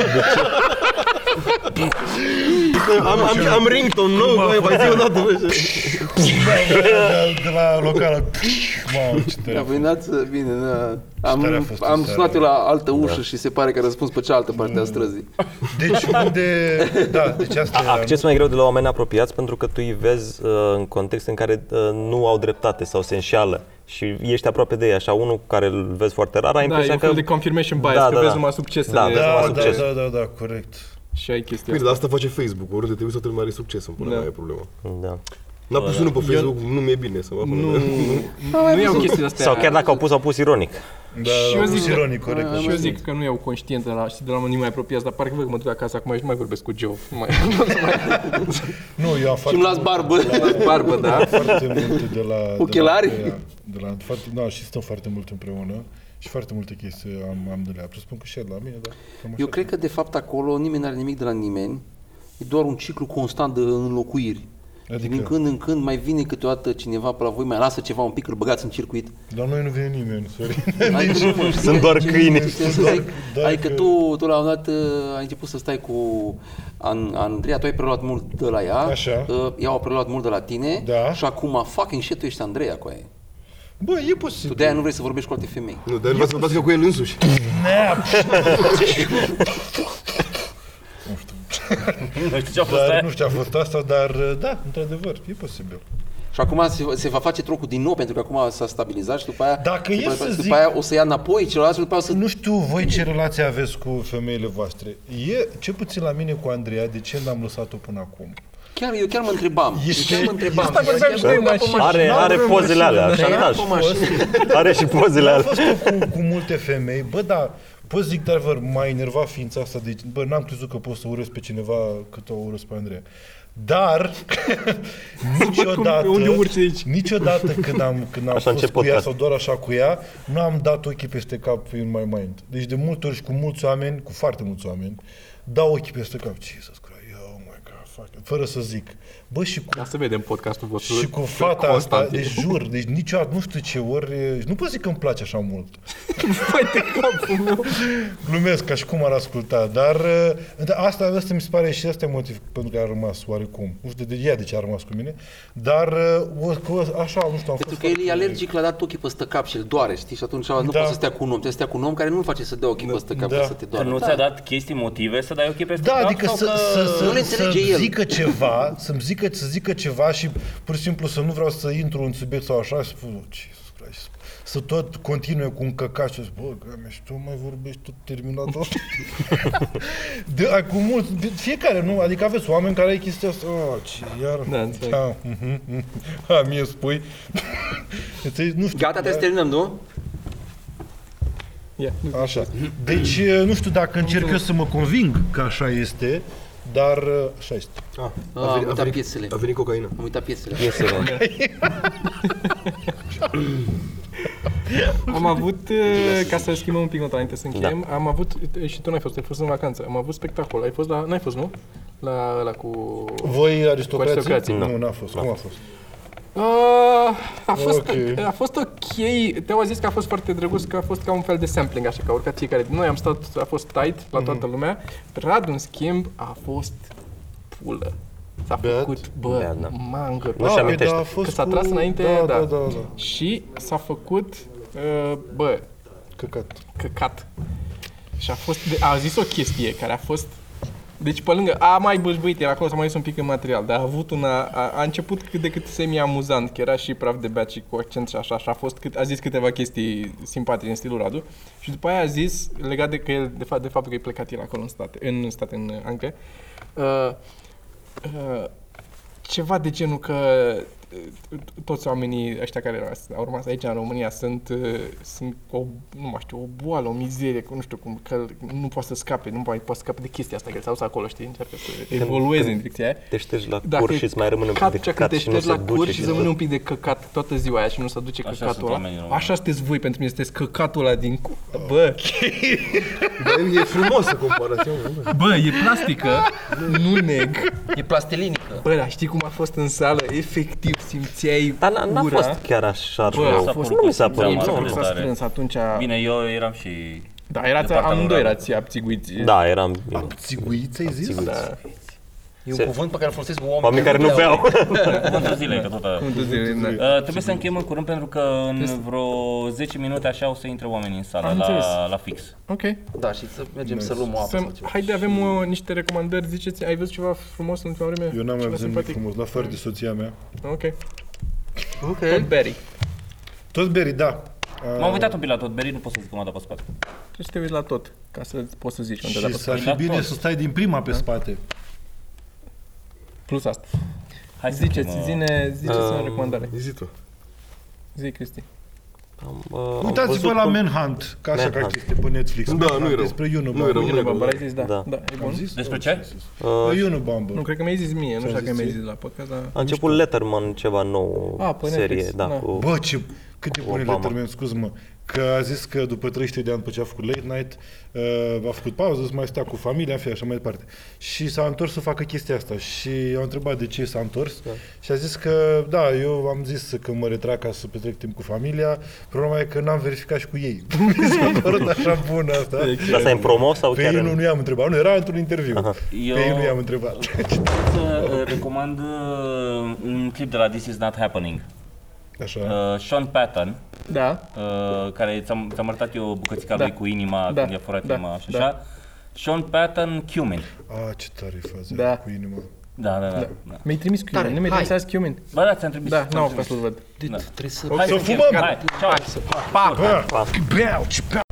Speaker 6: Am, am, am ringtone nou, băi, mai zi o dată, bă.
Speaker 1: de, la- de la locală. Mamă, ce
Speaker 7: Da,
Speaker 1: tare.
Speaker 7: păi n-ați, bine, na. am,
Speaker 1: Starea a fost
Speaker 7: am
Speaker 1: în
Speaker 7: sunat eu
Speaker 1: seară.
Speaker 7: la altă ușă și se pare că a răspuns pe cealaltă parte a străzii.
Speaker 1: Deci unde... Da, deci asta era, nu?
Speaker 8: Acces mai greu de la oameni apropiați pentru că tu îi vezi uh, în context în care uh, nu au dreptate sau se înșeală și ești aproape de ei, așa, unul care îl vezi foarte rar, ai
Speaker 3: Da, e
Speaker 8: impresia
Speaker 3: un
Speaker 8: că...
Speaker 3: fel de confirmation bias,
Speaker 8: Da,
Speaker 3: că
Speaker 8: da,
Speaker 3: vezi
Speaker 8: da.
Speaker 3: numai sub ce să
Speaker 8: Da,
Speaker 3: ne-
Speaker 8: vezi
Speaker 1: Da,
Speaker 8: numai
Speaker 1: da,
Speaker 8: succes.
Speaker 1: da, da, da, corect.
Speaker 3: Și ai chestia
Speaker 6: Bine,
Speaker 3: asta.
Speaker 6: dar asta face Facebook, oriunde te uiți, toată lumea are succes în până
Speaker 3: Da.
Speaker 6: da. e problema.
Speaker 8: Da.
Speaker 6: N-a pus unul pe Facebook, nu mi-e bine să mă
Speaker 3: Nu,
Speaker 6: nu.
Speaker 3: da, nu iau chestia astea.
Speaker 8: Sau chiar dacă au pus, au pus ironic.
Speaker 1: Da,
Speaker 3: Și eu
Speaker 1: da,
Speaker 3: zic-
Speaker 1: ironic, corect.
Speaker 3: Și eu zic că nu iau conștient de la, știi, de la oamenii mai apropiați, dar parcă văd că mă duc acasă acum și nu mai vorbesc cu Joe. Nu Mai...
Speaker 1: Nu, eu am
Speaker 7: Și
Speaker 1: foarte
Speaker 7: îmi las barbă, barbă, da.
Speaker 1: foarte multe de la...
Speaker 7: Ochelari?
Speaker 1: De la, Andreea, de la foarte, da, și stăm foarte mult împreună. Și foarte multe chestii am, am de la ea. Presupun că și el la mine, dar cam
Speaker 7: Eu
Speaker 1: așa.
Speaker 7: cred că de fapt acolo nimeni n-are nimic de la nimeni, e doar un ciclu constant de înlocuiri. Adică...
Speaker 1: Adică?
Speaker 7: Din când în când mai vine câteodată cineva pe la voi, mai lasă ceva un pic, îl băgați în circuit.
Speaker 1: La noi nu vine nimeni, sorry.
Speaker 7: Adică, nu, mă, știi,
Speaker 8: Sunt doar
Speaker 7: ce-
Speaker 8: câini.
Speaker 7: ce- ce-
Speaker 1: Sunt doar-
Speaker 7: adică-
Speaker 1: doar
Speaker 7: Adică
Speaker 1: că-
Speaker 7: tu, tu la un dat uh, ai început să stai cu An- Andreea, tu ai preluat mult de la ea,
Speaker 1: Așa.
Speaker 7: uh, ea a preluat mult de la tine
Speaker 1: Da.
Speaker 7: și acum fucking shit, tu ești Andreea cu aia.
Speaker 1: Bă, e
Speaker 7: Tu
Speaker 1: posibil.
Speaker 7: de-aia nu vrei să vorbești cu alte femei.
Speaker 6: Nu, dar el va să vorbească cu el însuși.
Speaker 1: Nu știu.
Speaker 2: Nu știu ce a fost
Speaker 1: Dar
Speaker 2: aia.
Speaker 1: nu știu ce a fost asta, dar da, într-adevăr, e posibil.
Speaker 7: Și acum se, se va face trocul din nou, pentru că acum s-a stabilizat și după aia,
Speaker 1: Dacă
Speaker 7: după,
Speaker 1: e să
Speaker 7: după
Speaker 1: zic-
Speaker 7: aia o să ia înapoi celălalt și după aia o să
Speaker 1: Nu știu voi ce relație aveți cu femeile voastre. E, ce puțin la mine cu Andreea, de ce n-am lăsat-o până acum?
Speaker 7: Chiar, eu chiar mă întrebam.
Speaker 1: Este-
Speaker 7: eu chiar mă întrebam.
Speaker 1: Asta
Speaker 7: Chiar
Speaker 3: vorbeam și noi în
Speaker 7: mă-
Speaker 3: mașină.
Speaker 8: Are,
Speaker 1: N-am
Speaker 8: are
Speaker 1: vrut
Speaker 8: pozele
Speaker 1: mașină,
Speaker 8: alea,
Speaker 3: Da,
Speaker 1: n-am
Speaker 8: șantaj.
Speaker 1: vrut mașină.
Speaker 8: Are și pozele
Speaker 1: Am
Speaker 8: alea.
Speaker 1: fost cu, cu multe femei, bă, da, pot zic, dar vă, m-a enervat ființa asta, deci, bă, n-am crezut că pot să urăsc pe cineva cât o urăsc pe Andreea. Dar, niciodată,
Speaker 3: unde urci aici.
Speaker 1: niciodată când am, când am
Speaker 8: Așa
Speaker 1: fost
Speaker 8: încep
Speaker 1: cu ea
Speaker 8: podcast.
Speaker 1: sau doar așa cu ea, nu am dat ochii peste cap in my mind. Deci de multe ori și cu mulți oameni, cu foarte mulți oameni, dau ochii peste cap. Jesus Christ, oh my God, fuck. it. Fără să zic. Bă, și cu
Speaker 3: Dar să vedem podcastul vostru.
Speaker 1: și cu fata asta,
Speaker 3: Constantin.
Speaker 1: deci jur, deci niciodată, nu știu ce ori, e, nu pot zic că îmi place așa mult.
Speaker 3: Vai de capul meu.
Speaker 1: Glumesc ca și cum ar asculta, dar e, da, asta, asta mi se pare și asta e motiv pentru care a rămas oarecum. Nu știu de, de ea de ce a rămas cu mine, dar e, o, că, așa, nu știu, am
Speaker 7: Pentru
Speaker 1: fost
Speaker 7: că el e
Speaker 1: foarte-
Speaker 7: alergic la dat ochii peste cap și îl doare, știi? Și atunci nu
Speaker 1: Da.
Speaker 7: poți să stea cu un om. Trebuie să stea cu un om care nu face să dea ochii peste cap,
Speaker 1: da.
Speaker 7: ca să te
Speaker 2: Că
Speaker 7: doare.
Speaker 2: nu
Speaker 7: Da.
Speaker 2: ți-a dat chestii motive să dai ochii peste
Speaker 1: Da,
Speaker 2: cap
Speaker 1: adică
Speaker 2: sau
Speaker 1: să,
Speaker 2: că...
Speaker 1: să, să,
Speaker 7: Nu le
Speaker 1: să
Speaker 7: înțelege el.
Speaker 1: zică ceva, să-mi zică, să zică ceva și pur și simplu să nu vreau să intru în subiect sau așa și să spun, "Oh, Jesus Christ, să tot continue cu un căcaș și să spun, bă, găme, și tu mai vorbești tot terminat ăla?" de acum mult, de, fiecare, nu? Adică aveți oameni care ai chestia asta, oh, ce, iar,
Speaker 3: Da, înțeleg.
Speaker 1: da, mhm, mhm. a, mie spui, Înțelegi? nu știu, da,
Speaker 7: Gata, trebuie să terminăm, nu?
Speaker 3: Ia, nu-
Speaker 1: Așa. Deci, e, nu știu dacă încerc eu să mă conving că așa este, dar uh, așa este.
Speaker 7: Ah, am uitat piesele.
Speaker 6: a venit cocaina.
Speaker 7: Am uitat piesele.
Speaker 8: Piesele.
Speaker 3: Am avut, uh, ca să schimbăm un pic nota înainte să încheiem, da. am avut, uite, și tu n-ai fost, ai fost în vacanță, am avut spectacol, ai fost la, n-ai fost, nu? La ăla cu...
Speaker 1: Voi aristocrații?
Speaker 3: aristocrații,
Speaker 1: Nu, n-a fost. Cum a fost?
Speaker 3: A, Ah, a, fost,
Speaker 1: Ok.
Speaker 3: a fost ok, Teo a zis că a fost foarte drăguț, că a fost ca un fel de sampling, așa, că a urcat fiecare din noi, am stat, a fost tight la toată lumea. Radu, în schimb, a fost pulă. S-a
Speaker 1: Beat.
Speaker 3: făcut, bă,
Speaker 8: Beat, da.
Speaker 3: mangă.
Speaker 8: Nu-și
Speaker 1: păi,
Speaker 8: amintește.
Speaker 1: da, a fost
Speaker 3: Că s-a
Speaker 1: cu-
Speaker 3: tras înainte,
Speaker 1: da, da,
Speaker 3: da.
Speaker 1: da, da.
Speaker 3: Și s-a făcut, uh, bă,
Speaker 1: Căcat.
Speaker 3: căcat. Și a fost, de, a zis o chestie care a fost deci pe lângă, a mai bâșbuit, era acolo, s-a mai zis un pic în material, dar a avut una, a, a început cât de cât semi-amuzant, că era și praf de bea și cu accent și așa, și a fost cât, a zis câteva chestii simpatice în stilul Radu și după aia a zis, legat de că el, de, fapt, de faptul că e plecat el acolo în state, în state, în Anglia, uh, uh, ceva de genul că uh, toți oamenii ăștia care au- au rămas aici în România sunt, uh, sunt o, nu mai știu, o boală, o mizerie, că nu știu cum, că nu poate să scape, nu mai poate să scape de chestia asta, că s-au dus acolo, știi, încearcă să evolueze în direcția aia.
Speaker 8: Te ștergi la
Speaker 3: Dacă
Speaker 8: cur și îți mai rămâne un pic de
Speaker 3: Capcea când
Speaker 8: căcat
Speaker 3: te
Speaker 8: și nu
Speaker 3: ștergi
Speaker 8: se
Speaker 3: la cur
Speaker 8: duce
Speaker 3: și
Speaker 8: și
Speaker 3: îți rămâne un pic de căcat toată ziua aia și nu se duce
Speaker 2: Așa sunt
Speaker 3: căcatul ăla.
Speaker 2: oamenii români.
Speaker 3: Așa sunteți voi pentru mine, sunteți căcatul ăla din... cu- Bă,
Speaker 6: Dar e frumos să comparați.
Speaker 3: bă, e plastică, nu neg.
Speaker 4: E plastelinică.
Speaker 3: Bă, dar știi cum a fost în sală? Efectiv, simțeai
Speaker 8: Dar n-a, n-a
Speaker 3: ura.
Speaker 8: fost chiar așa
Speaker 3: Bă,
Speaker 8: rău.
Speaker 3: a fost-
Speaker 8: Nu mi s-a
Speaker 2: Da,
Speaker 8: părut.
Speaker 2: mi s-a
Speaker 8: nu,
Speaker 3: Nu,
Speaker 8: nu.
Speaker 3: nu s-a
Speaker 2: tare.
Speaker 3: strâns atunci.
Speaker 2: Bine, eu eram și...
Speaker 3: Da, erați,
Speaker 2: de partea
Speaker 3: amândoi
Speaker 2: lui Radu.
Speaker 3: erați abțiguiți.
Speaker 8: Da, eram...
Speaker 1: Țiguiți, ai zis?
Speaker 3: Da.
Speaker 4: E un
Speaker 8: Se-
Speaker 4: cuvânt pe care îl folosesc oamenii.
Speaker 8: Oameni care nu beau.
Speaker 2: Cuvântul zilei, că tot a-
Speaker 3: Cuvântul zilei, da.
Speaker 2: Uh, trebuie să încheiem în curând pentru că în vreo 10 minute așa o să intre oamenii în sală
Speaker 3: Am
Speaker 2: la,
Speaker 3: înțeles.
Speaker 2: la fix.
Speaker 3: Ok.
Speaker 4: Da, și să mergem să luăm o apă
Speaker 3: Să,
Speaker 4: sau ceva.
Speaker 3: haide, avem o, niște recomandări. Ziceți, ai văzut ceva frumos în ultima vreme?
Speaker 1: Eu n-am mai
Speaker 3: Ceva
Speaker 1: văzut nimic
Speaker 3: simpatic?
Speaker 1: frumos, la afară de soția mea.
Speaker 3: Ok.
Speaker 4: Ok.
Speaker 3: Tot berry.
Speaker 1: Tot Berry, da. Uh,
Speaker 2: M-am uitat un pic la tot, Beri, nu pot să zic cum a dat pe spate.
Speaker 3: Trebuie să te uiți la tot, ca să poți să zici unde
Speaker 1: Și
Speaker 3: dacă
Speaker 1: să ar fi
Speaker 2: la
Speaker 1: bine
Speaker 2: tot.
Speaker 1: să stai din prima pe spate.
Speaker 3: Plus asta.
Speaker 2: Hai să
Speaker 3: Ziceți,
Speaker 2: încheiem, uh,
Speaker 3: zine, ziceți
Speaker 8: Um,
Speaker 3: în recomandare.
Speaker 6: Zi tu.
Speaker 3: Zi, Cristi.
Speaker 8: Am, uh, am
Speaker 1: Uitați-vă
Speaker 8: văzut
Speaker 1: la
Speaker 8: un-
Speaker 1: Manhunt, ca așa ca
Speaker 8: Manhunt.
Speaker 1: chestie pe Netflix.
Speaker 6: Da,
Speaker 1: Manhunt
Speaker 6: nu e rău.
Speaker 1: Despre
Speaker 6: Nu e
Speaker 1: Unabomber.
Speaker 6: rău.
Speaker 3: Bine, bă, ai zis, da.
Speaker 8: Da.
Speaker 3: Da, e bun.
Speaker 1: Am zis?
Speaker 2: Despre
Speaker 1: Da,
Speaker 2: ce?
Speaker 1: am zis.
Speaker 8: Uh,
Speaker 1: Pe Unabomber.
Speaker 3: Nu, cred că mi-ai zis mie, nu știu dacă
Speaker 1: zis
Speaker 3: mi-ai
Speaker 1: ție?
Speaker 3: zis la podcast, dar...
Speaker 8: a început Letterman ceva nou,
Speaker 3: Ah, pe
Speaker 8: serie,
Speaker 3: Netflix,
Speaker 8: da,
Speaker 3: da.
Speaker 8: cu
Speaker 1: Bă, ce, cât de bune
Speaker 8: Obama.
Speaker 1: Letterman, scuz-mă, că a zis că după 33 de ani după ce a făcut Late Night, uh, a făcut pauză, să mai stea cu familia, fi așa mai departe. Și s-a întors să facă chestia asta și au întrebat de ce s-a întors și a zis că, da, eu am zis că mă retrag ca să petrec timp cu familia, problema e că n-am verificat și cu ei. Mi s-a părut așa bună asta.
Speaker 8: Dar asta e în promo sau
Speaker 1: Pe
Speaker 8: chiar
Speaker 1: ei
Speaker 8: în...
Speaker 1: nu, nu i-am întrebat, nu, era într-un interviu.
Speaker 2: Eu-
Speaker 1: Pe ei nu i-am întrebat.
Speaker 2: Să uh, recomand uh, un clip de la This Is Not Happening.
Speaker 5: Da.
Speaker 1: Așa.
Speaker 2: Uh, Sean Patton,
Speaker 3: Da,
Speaker 2: uh, care ți-am, ți-am arătat eu bucățica
Speaker 3: Da.
Speaker 2: lui cu inima,
Speaker 3: Da.
Speaker 2: când i-a furat
Speaker 3: Da.
Speaker 2: inima și
Speaker 3: Da.
Speaker 2: așa. Sean Patton, Cumin.
Speaker 1: A, ce tare e faza
Speaker 3: Da.
Speaker 1: cu inima.
Speaker 2: Da, da, da. da.
Speaker 3: mi-ai trimis Cumin, nu mi-ai
Speaker 7: hai.
Speaker 3: trimis azi Cumin.
Speaker 2: Bă, da, ți-am trimis.
Speaker 3: Da,
Speaker 2: ți-am
Speaker 3: n-am
Speaker 2: trimis.
Speaker 3: fost să-l văd.
Speaker 2: Da.
Speaker 7: Trebuie să...
Speaker 2: Hai
Speaker 1: Să
Speaker 2: încheiem.
Speaker 1: fumăm!
Speaker 2: Hai, ceau!
Speaker 1: Bă, beau, ce beau.